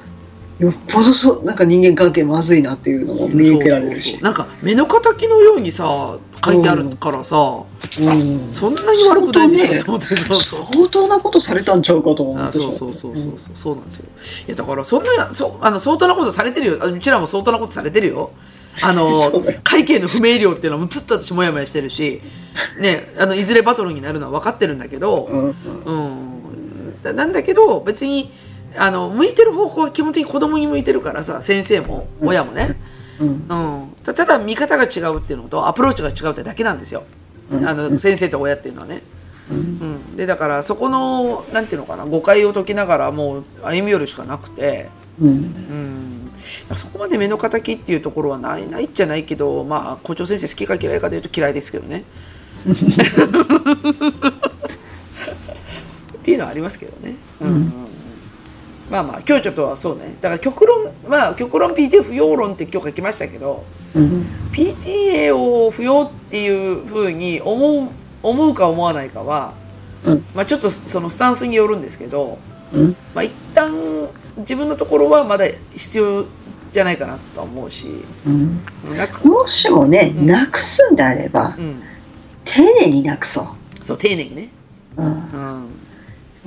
[SPEAKER 3] よっぽどそうなんか人間関係まずいなっていうのも見受けられる
[SPEAKER 2] そうそうそ
[SPEAKER 3] し
[SPEAKER 2] うなんか目の敵のようにさ書いてあるからさ、
[SPEAKER 3] うん
[SPEAKER 2] そんなに悪くないでしょ、と思
[SPEAKER 3] 本当ね
[SPEAKER 2] ってそうそう
[SPEAKER 3] 相当なことされたんちゃうかと思
[SPEAKER 2] あ
[SPEAKER 3] ってし
[SPEAKER 2] そ
[SPEAKER 3] ま
[SPEAKER 2] うそうそうそうそうそうなんですよいやだからそんなそうあの相当なことされてるよあうちらも相当なことされてるよあの
[SPEAKER 3] そうだよ
[SPEAKER 2] 会計の不明瞭っていうのはもうずっと私もやもやしてるし、ね、あのいずれバトルになるのは分かってるんだけど、
[SPEAKER 3] うんうん
[SPEAKER 2] うん、だなんだけど別にあの向いてる方向は基本的に子供に向いてるからさ先生も親もね、
[SPEAKER 3] うん
[SPEAKER 2] うん、たただ見方が違うっていうのとアプローチが違うってだけなんですよ、
[SPEAKER 3] うん
[SPEAKER 2] あの先生と親っていうのはね、うん、でだからそこのなんていうのかな誤解を解きながらもう歩み寄るしかなくて、
[SPEAKER 3] うん
[SPEAKER 2] うん、そこまで目の敵っていうところはないないっちゃないけどまあ校長先生好きか嫌いかでいうと嫌いですけどねっていうのはありますけどね、うんうんうんまあまあ今日ちょっとはそうねだから極論まあ極論 PTA 不要論って今日書きましたけど
[SPEAKER 3] うん
[SPEAKER 2] PTA を不要っていうふうに思う思うか思わないかは、
[SPEAKER 3] うん
[SPEAKER 2] まあ、ちょっとそのスタンスによるんですけど、
[SPEAKER 3] うん
[SPEAKER 2] まあ、一旦自分のところはまだ必要じゃないかなとは思うし
[SPEAKER 3] うん
[SPEAKER 2] なんか、
[SPEAKER 3] もしもね、
[SPEAKER 2] うん
[SPEAKER 3] なくすんであれば
[SPEAKER 2] うん、
[SPEAKER 3] 丁寧になくそう、
[SPEAKER 2] そう丁寧にね、
[SPEAKER 3] うん、
[SPEAKER 2] うん、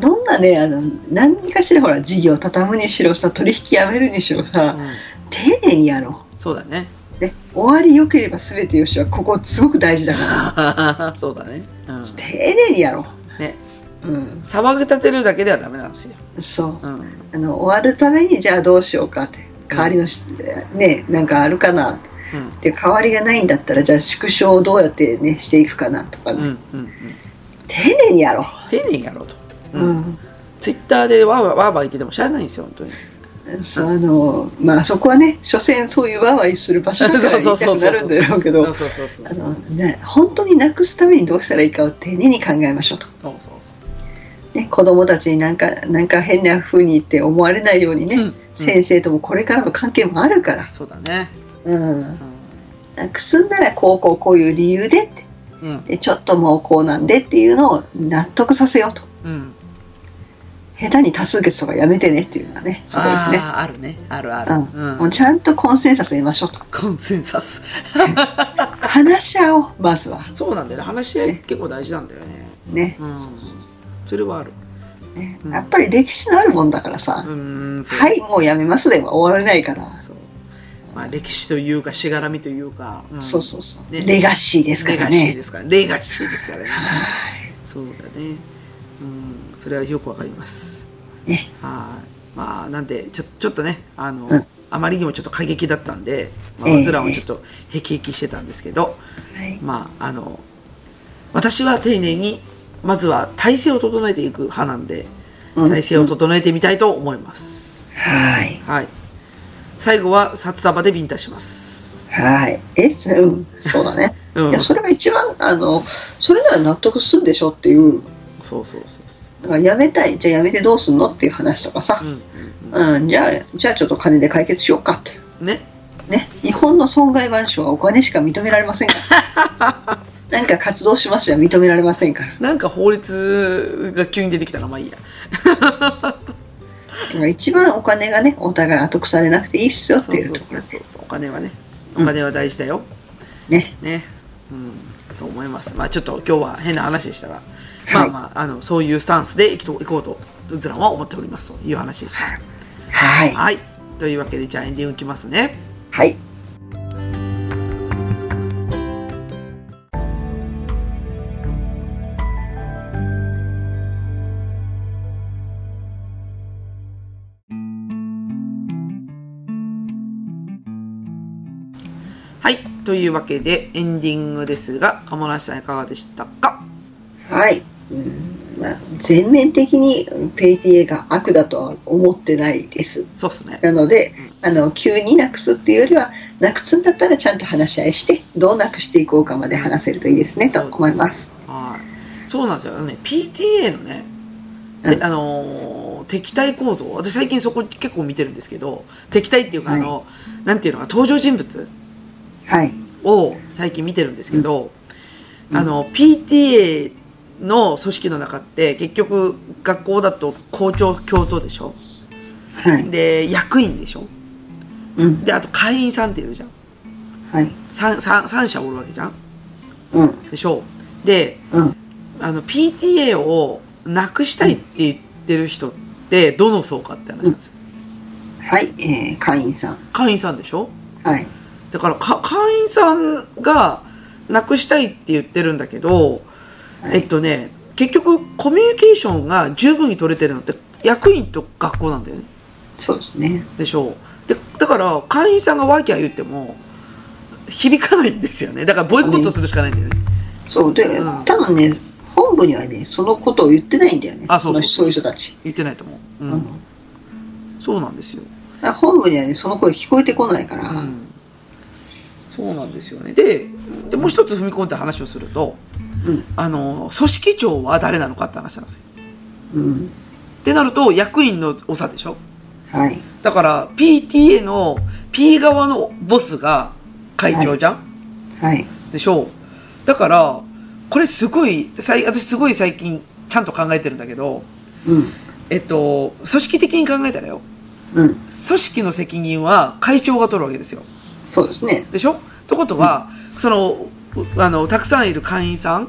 [SPEAKER 3] どんなねあの何かしらほら事業畳むにしろさ取引やめるにしろ
[SPEAKER 2] う
[SPEAKER 3] さ、
[SPEAKER 2] ん、
[SPEAKER 3] 丁寧にやろ
[SPEAKER 2] そうだね
[SPEAKER 3] う、ね、終わり良ければ全てよしはここすごく大事だから
[SPEAKER 2] そうだね,、うん、
[SPEAKER 3] 丁寧にやろ
[SPEAKER 2] ね
[SPEAKER 3] う、うん、
[SPEAKER 2] 騒ぎ立てるだけではダメなんですよ、
[SPEAKER 3] そう
[SPEAKER 2] うん
[SPEAKER 3] あの終わるためにじゃあどうしようかって代わりのし、ねなんかあるかな
[SPEAKER 2] うん
[SPEAKER 3] で代わりがないんだったらじゃあ縮小をどうやってねしていくかなとか
[SPEAKER 2] うんう
[SPEAKER 3] ね、
[SPEAKER 2] んうん、
[SPEAKER 3] 丁寧にやろ
[SPEAKER 2] 丁寧にやろうと、
[SPEAKER 3] う、うん
[SPEAKER 2] ツイッターでわーわーわーわー言ってても知らないんですよ本当に
[SPEAKER 3] そうあのまあそこはね所詮そういうワーワーする場所だから言いたくなるんだろうけ
[SPEAKER 2] そう
[SPEAKER 3] ど
[SPEAKER 2] そうそうそう
[SPEAKER 3] あ
[SPEAKER 2] そう
[SPEAKER 3] の、ね、本当になくすためにどうしたらいいかを丁寧に考えましょうと、
[SPEAKER 2] そうそうそ
[SPEAKER 3] ね、子どもたちになんかなんか変な風に言って思われないようにね、
[SPEAKER 2] ううんうん
[SPEAKER 3] 先生ともこれからの関係もあるから、
[SPEAKER 2] そうだね
[SPEAKER 3] うん、
[SPEAKER 2] う
[SPEAKER 3] なくすんならこうこうこういう理由でって
[SPEAKER 2] んうん
[SPEAKER 3] でちょっともうこうなんでっていうのを納得させようと
[SPEAKER 2] うん
[SPEAKER 3] 下手に多数決とかやめてねっていうのはねそこですね
[SPEAKER 2] あああるねあるある、
[SPEAKER 3] う
[SPEAKER 2] う
[SPEAKER 3] ん
[SPEAKER 2] ん
[SPEAKER 3] もうちゃんとコンセンサス得ましょうと
[SPEAKER 2] コンセンサス
[SPEAKER 3] 話し合おうまずは
[SPEAKER 2] そうなんだよね話し合い結構大事なんだよね
[SPEAKER 3] ね,、
[SPEAKER 2] うんそれはある
[SPEAKER 3] ね
[SPEAKER 2] うん
[SPEAKER 3] やっぱり歴史のあるもんだからさ、
[SPEAKER 2] うんそう
[SPEAKER 3] はいもうやめますでは終われないから、
[SPEAKER 2] そうまあ歴史というかしがらみというか、ん
[SPEAKER 3] そうそうそう、
[SPEAKER 2] ね
[SPEAKER 3] レガシーですか
[SPEAKER 2] レ
[SPEAKER 3] ら
[SPEAKER 2] ガシー
[SPEAKER 3] ね
[SPEAKER 2] ですからレガシーですからね
[SPEAKER 3] は
[SPEAKER 2] そうだねうんそれはよくわかります
[SPEAKER 3] いね
[SPEAKER 2] はいまあなんでちょちょっとねあの、
[SPEAKER 3] うん
[SPEAKER 2] あまりにもちょっと過激だったんで、まあ、
[SPEAKER 3] ええ
[SPEAKER 2] 僕らもちょっとへきへきしてたんですけど、
[SPEAKER 3] はい
[SPEAKER 2] まああの私は丁寧にまずは体勢を整えていく派なんで
[SPEAKER 3] うん
[SPEAKER 2] 体勢を整えてみたいと思います、
[SPEAKER 3] はい
[SPEAKER 2] はい最後は札束でビンタします
[SPEAKER 3] はいえうんそうだね
[SPEAKER 2] うん
[SPEAKER 3] いやそれが一番あのそれなら納得するんでしょっていう
[SPEAKER 2] そうそうそうそう
[SPEAKER 3] だからやめたいじゃあやめてどうすんのっていう話とかさ
[SPEAKER 2] うん、うん
[SPEAKER 3] うん、じゃあじゃあちょっと金で解決しようかって
[SPEAKER 2] うんね
[SPEAKER 3] ね日本の損害賠償はお金しか認められませんから なんか活動しました認められませんから
[SPEAKER 2] なんか法律が急に出てきたらまあいいや
[SPEAKER 3] だから一番お金がねお互い後腐れなくていいっすよって
[SPEAKER 2] そう
[SPEAKER 3] いう
[SPEAKER 2] そ
[SPEAKER 3] と
[SPEAKER 2] う
[SPEAKER 3] こ
[SPEAKER 2] そ
[SPEAKER 3] ろ
[SPEAKER 2] うそうそうお金はね
[SPEAKER 3] う
[SPEAKER 2] お
[SPEAKER 3] ん
[SPEAKER 2] 金は大事だよ、
[SPEAKER 3] ね
[SPEAKER 2] ねうんと思いますまあちょっと今日は変な話でしたが、ま
[SPEAKER 3] は
[SPEAKER 2] あ
[SPEAKER 3] い
[SPEAKER 2] まああのそういうスタンスでいきといこうとうずらは思っておりますという話でした
[SPEAKER 3] はい
[SPEAKER 2] はいというわけでじゃあエンディングいきますね
[SPEAKER 3] はい
[SPEAKER 2] はいというわけでエンディングですが鴨梨さんいかがでしたか
[SPEAKER 3] はい、うんまあ、全面的にうん PayPay が悪だとは思ってないです
[SPEAKER 2] そうっすね
[SPEAKER 3] なのであの急になくすっていうよりはなくすんだったらちゃんと話し合いしてどうなくしていこうかまで話せるといいですねと思います。
[SPEAKER 2] はいそうなんですよあのね PTA のねで
[SPEAKER 3] うん
[SPEAKER 2] あのー敵対構造私最近そこ結構見てるんですけど敵対っていうかあの、なんていうのか登場人物
[SPEAKER 3] はい、
[SPEAKER 2] を最近見てるんですけど、
[SPEAKER 3] うん
[SPEAKER 2] あの PTA の組織の中って結局学校だと校長教頭でしょ
[SPEAKER 3] はい、
[SPEAKER 2] で役員でしょ
[SPEAKER 3] うん、
[SPEAKER 2] であと会員さんっているじゃん
[SPEAKER 3] はい、
[SPEAKER 2] 三三三者おるわけじゃん
[SPEAKER 3] うん、
[SPEAKER 2] でしょで
[SPEAKER 3] うん、
[SPEAKER 2] あの PTA をなくしたいって言ってる人ってどの層かって話なんですよ、
[SPEAKER 3] はい、えー、会員さん、
[SPEAKER 2] 会員さんでしょ
[SPEAKER 3] はい、
[SPEAKER 2] だからか会員さんがなくしたいって言ってるんだけど、
[SPEAKER 3] は
[SPEAKER 2] え
[SPEAKER 3] い
[SPEAKER 2] っとね結局コミュニケーションが十分に取れてるのって役員と学校なんだよね
[SPEAKER 3] そうですね。
[SPEAKER 2] でしょうでだから会員さんがワーキャー言っても響かないんですよねだからボイコットするしかないんだよね
[SPEAKER 3] そうで、
[SPEAKER 2] うん
[SPEAKER 3] 多分ね、本部にはね、そのことを言ってないんだよね。
[SPEAKER 2] あそうそうそう
[SPEAKER 3] の人そういう人たち。
[SPEAKER 2] 言ってないと思う、う
[SPEAKER 3] うんん、
[SPEAKER 2] そうなんですよ、
[SPEAKER 3] だから本部にはね、その声聞こえてこないから。
[SPEAKER 2] うん、そうなんですよねででもう一つ踏み込んだ話をすると
[SPEAKER 3] うん、
[SPEAKER 2] あの組織長は誰なのかって話なんですよ
[SPEAKER 3] うん、
[SPEAKER 2] ってなると役員の長でしょ
[SPEAKER 3] はい、
[SPEAKER 2] だから PTA の P 側のボスが会長じゃん、
[SPEAKER 3] はい、
[SPEAKER 2] でしょうだからこれすごいさい私すごい最近ちゃんと考えてるんだけど
[SPEAKER 3] うん、
[SPEAKER 2] えっと組織的に考えたらよ
[SPEAKER 3] うん、
[SPEAKER 2] 組織の責任は会長が取るわけですよ
[SPEAKER 3] そうですね。
[SPEAKER 2] でしょってことは、そのうあのたくさんいる会員さん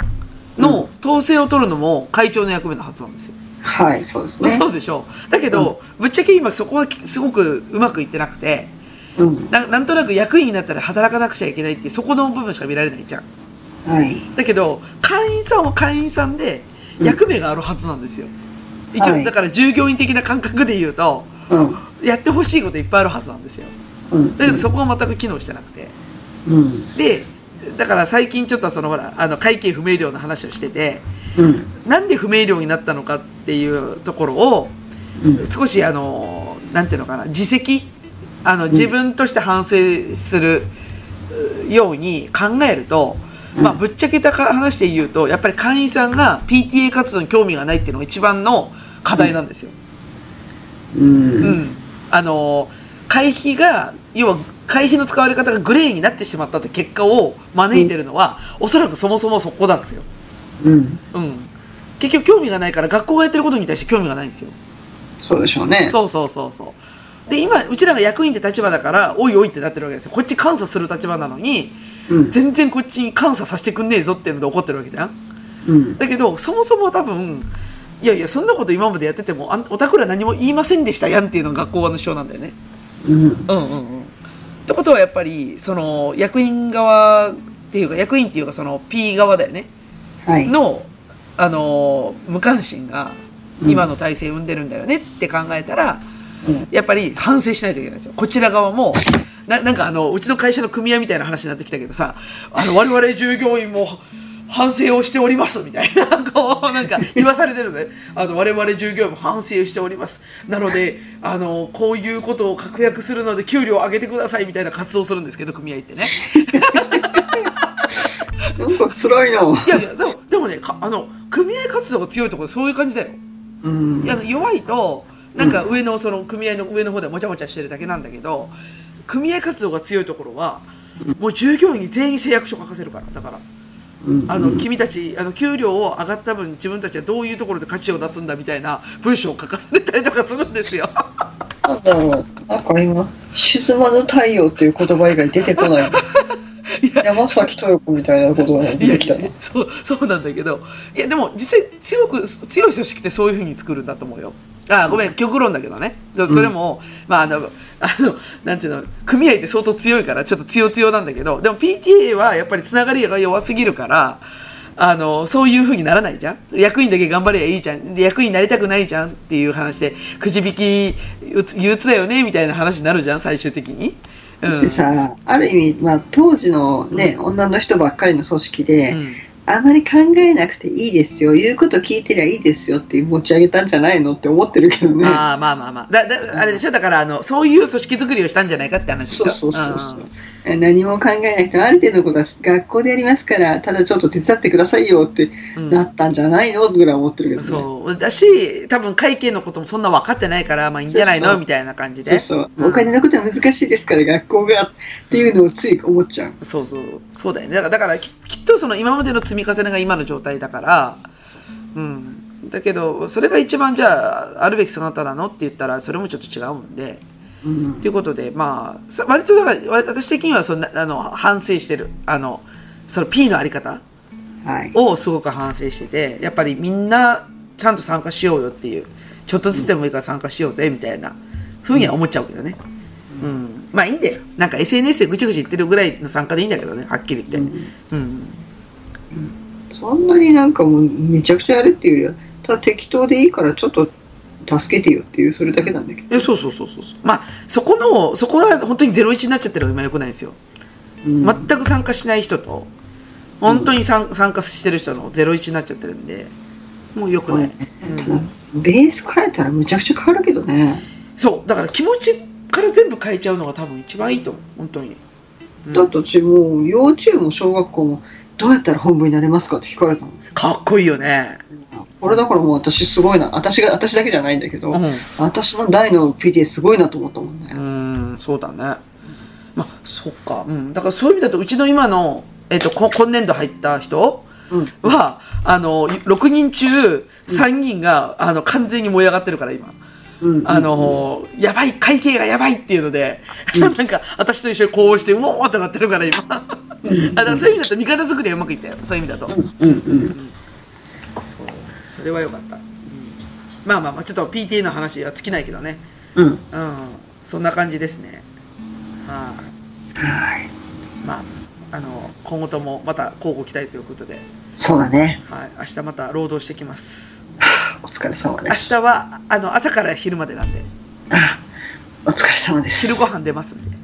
[SPEAKER 2] の統制を取るのも会長の役目のはずなんですよ
[SPEAKER 3] はい、そうですね。
[SPEAKER 2] そうでしょだけど、ぶっちゃけ今そこはきすごくうまくいってなくて
[SPEAKER 3] うん、
[SPEAKER 2] ななんとなく役員になったら働かなくちゃいけないっていうそこの部分しか見られないじゃん
[SPEAKER 3] はい、
[SPEAKER 2] だけど会員さんは会員さんで
[SPEAKER 3] うん
[SPEAKER 2] 役目があるはずなんですよ、一応、
[SPEAKER 3] はい
[SPEAKER 2] だから従業員的な感覚で言うと
[SPEAKER 3] うん、
[SPEAKER 2] やってほしいこといっぱいあるはずなんですよ
[SPEAKER 3] うん、
[SPEAKER 2] だけどそこは全く機能してなくて
[SPEAKER 3] うん、
[SPEAKER 2] でだから最近ちょっとそのほらあの会計不明瞭の話をしてて
[SPEAKER 3] うん、
[SPEAKER 2] なんで不明瞭になったのかっていうところを
[SPEAKER 3] うん、
[SPEAKER 2] 少しあのなんていうのかな自責あの
[SPEAKER 3] ん
[SPEAKER 2] 自分として反省するうように考えると、まあ、
[SPEAKER 3] うん
[SPEAKER 2] ぶっちゃけたか話で言うとやっぱり会員さんが PTA 活動に興味がないっていうのが一番の課題なんですよ。
[SPEAKER 3] うん、
[SPEAKER 2] うんあの会費が要は会費の使われ方がグレーになってしまったって結果を招いてるのは、おそらくそもそもそこなんですよ。
[SPEAKER 3] うん、
[SPEAKER 2] うん、結局興味がないから学校がやってることに対して興味がないんですよ。
[SPEAKER 3] そうでしょうね。
[SPEAKER 2] そうそうそうそう。で、今、うちらが役員って立場だから、おいおいってなってるわけですよ。こっち監査する立場なのに、
[SPEAKER 3] うん、
[SPEAKER 2] 全然こっちに監査させてくんねえぞっていうので怒ってるわけじゃん。
[SPEAKER 3] うん、
[SPEAKER 2] だけど、そもそも多分、いやいや、そんなこと今までやってても、あんおたくら何も言いませんでしたやんっていうのが学校側の主張なんだよね。
[SPEAKER 3] うん、
[SPEAKER 2] うんうんうん。ってことはやっぱり、その、役員側っていうか、役員っていうか、その P 側だよね。
[SPEAKER 3] はい、
[SPEAKER 2] の、あのー無関心が、今の体制を生んでるんだよねって考えたら、
[SPEAKER 3] うん
[SPEAKER 2] やっぱり反省しないといけないんですよ。こちら側も、ななんかあの、うちの会社の組合みたいな話になってきたけどさ、あの、我々従業員も反省をしておりますみたいな、 こう、なんか言わされてるのね。あの、我々従業員も反省しております。なので、あの、こういうことを確約するので給料を上げてくださいみたいな活動をするんですけど、組合ってね。
[SPEAKER 3] なんか辛いな。
[SPEAKER 2] いやいや、でもでもね、かあの、組合活動が強いところそういう感じだよ。
[SPEAKER 3] うん
[SPEAKER 2] いや弱いとなんか上のその組合の上の方でもちゃもちゃしてるだけなんだけど組合活動が強いところはもう従業員に全員誓約書書かせるからだから
[SPEAKER 3] うん
[SPEAKER 2] あの君たちあの給料を上がった分自分たちはどういうところで価値を出すんだみたいな文章を書かされたりとかするんですよ。
[SPEAKER 3] なんだろうなんか今「静まぬ太陽」っていう言葉以外出てこない山崎豊子みたいなことが出てきたね
[SPEAKER 2] そうそうなんだけどいやでも実際強く強い組織ってそういうふうに作るんだと思うよ。あごめん極論だけどねそそれも、まああのあのなんていうの組合って相当強いからちょっと強強なんだけどでも PTA はやっぱりつながりが弱すぎるからあのそういうふうにならないじゃん役員だけ頑張ればいいじゃんで役員になりたくないじゃんっていう話でくじ引きうつ憂鬱だよねみたいな話になるじゃん最終的に。うん
[SPEAKER 3] でさある意味、まあ、当時の、ね女の人ばっかりの組織で、
[SPEAKER 2] うん
[SPEAKER 3] あまり考えなくていいですよ言うこと聞いてりゃいいですよって持ち上げたんじゃないのって思ってるけどね
[SPEAKER 2] ああ、まあまあまあ。だ、だ、あれでしょだから、あの、そういう組織づくりをしたんじゃないかって話
[SPEAKER 3] そ
[SPEAKER 2] で
[SPEAKER 3] う
[SPEAKER 2] しょ
[SPEAKER 3] そうそうそ
[SPEAKER 2] ん
[SPEAKER 3] うえ何も考えなくてある程度のことは学校でやりますからただちょっと手伝ってくださいよって
[SPEAKER 2] うん
[SPEAKER 3] なったんじゃないのぐらい思ってるけどね
[SPEAKER 2] そう。だし、多分会計のこともそんな分かってないから、まあいいんじゃない
[SPEAKER 3] そう
[SPEAKER 2] の
[SPEAKER 3] そう
[SPEAKER 2] みたいな感じ
[SPEAKER 3] そう
[SPEAKER 2] で。
[SPEAKER 3] そうお金のことは難しいですから学校がっていうのをつい思っちゃう
[SPEAKER 2] そうそう。そうだよね。だから、だからききっとその今までの積み重ねが今の状態だから、うん。だけど、それが一番じゃあ、あるべき姿なのって言ったら、それもちょっと違うんで。
[SPEAKER 3] うん
[SPEAKER 2] ということで、まあ、さ割とだから、わ私的にはそんな、あの、反省してる。あの、その P のあり方
[SPEAKER 3] はい
[SPEAKER 2] をすごく反省してて、やっぱりみんなちゃんと参加しようよっていう、ちょっとずつでもいいから参加しようぜみたいなふうには思っちゃうけどね。うん。まあいいんだよ。なんか SNS でぐちぐち言ってるぐらいの参加でいいんだけどね、はっきり言って。うん。
[SPEAKER 3] そんなになんかもうめちゃくちゃやるっていうよりはただ適当でいいからちょっと助けてよっていうそれだけなんだけど
[SPEAKER 2] えそうそうそうそうそう。まあ、そこの、そこが本当に01になっちゃってるのが今良くないんですよ。
[SPEAKER 3] うん
[SPEAKER 2] 全く参加しない人と、本当に参参加してる人の01になっちゃってるんで、もう良く
[SPEAKER 3] そう
[SPEAKER 2] な
[SPEAKER 3] ね
[SPEAKER 2] い。うん
[SPEAKER 3] ただベース変えたらむちゃくちゃ変わるけどね
[SPEAKER 2] そう。だから気持ちから全部変えちゃうのが多分一番いいと思う。本当に。うん
[SPEAKER 3] だってうちもう幼稚園も小学校もどうやったら本部になれますかって聞かれたの
[SPEAKER 2] かっこいいよね。
[SPEAKER 3] これだからもう私すごいな私が私だけじゃないんだけど、
[SPEAKER 2] うん。
[SPEAKER 3] 私の大の PTA すごいなと思ったもんね
[SPEAKER 2] うん、そうだね。まあ、そっか。うん。だからそういう意味だと、うちの今の、えっ、と、こ今年度入った人
[SPEAKER 3] うん
[SPEAKER 2] は、あの、6人中3人が、あの、完全に燃え上がってるから、今。
[SPEAKER 3] うん
[SPEAKER 2] あの、やばい、会計がやばいっていうので、 なんか、私と一緒にこうして、うおーってなってるから、今。あだからそういう意味だと、味方作りはうまくいったよ。そういう意味だと。
[SPEAKER 3] うんうん
[SPEAKER 2] そう。それは良かった。うんまあまあまあ、ちょっと PTA の話は尽きないけどね。
[SPEAKER 3] うん
[SPEAKER 2] うん、そんな感じですね。はい、
[SPEAKER 3] はい
[SPEAKER 2] まあ、あの、今後ともまた交互期待ということで、
[SPEAKER 3] そうだね
[SPEAKER 2] はい、明日また労働してきます。
[SPEAKER 3] お疲れ様で
[SPEAKER 2] 明
[SPEAKER 3] す
[SPEAKER 2] 日は、あの、朝から昼までなんで、
[SPEAKER 3] あお疲れ様です
[SPEAKER 2] 昼ご飯出ますんで、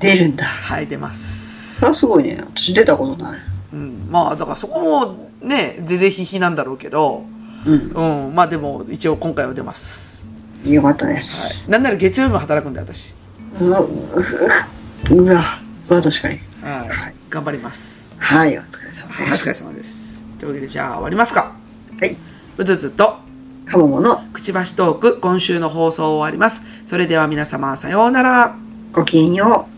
[SPEAKER 3] 出るんだ
[SPEAKER 2] はい、出ます
[SPEAKER 3] それ。はすごいね私出たことない
[SPEAKER 2] うん、まあ、だからそこもね、ぜぜひひなんだろうけど、
[SPEAKER 3] うん
[SPEAKER 2] うん、まあでも、一応今回は出ます。
[SPEAKER 3] よかったで
[SPEAKER 2] は
[SPEAKER 3] す、
[SPEAKER 2] い。なんなら月曜日も働くんで、私。
[SPEAKER 3] うわうううわうわ確かに
[SPEAKER 2] はい。
[SPEAKER 3] はい
[SPEAKER 2] 頑張ります。
[SPEAKER 3] はいお疲れ様
[SPEAKER 2] はいお疲
[SPEAKER 3] で
[SPEAKER 2] れ
[SPEAKER 3] す
[SPEAKER 2] 様です。というわけで、じゃあ終わりますか。
[SPEAKER 3] はい。
[SPEAKER 2] うつうつと。
[SPEAKER 3] かももの
[SPEAKER 2] くちばしトーク、今週の放送を終わります。それでは皆様、さようなら。
[SPEAKER 3] ごきげんよう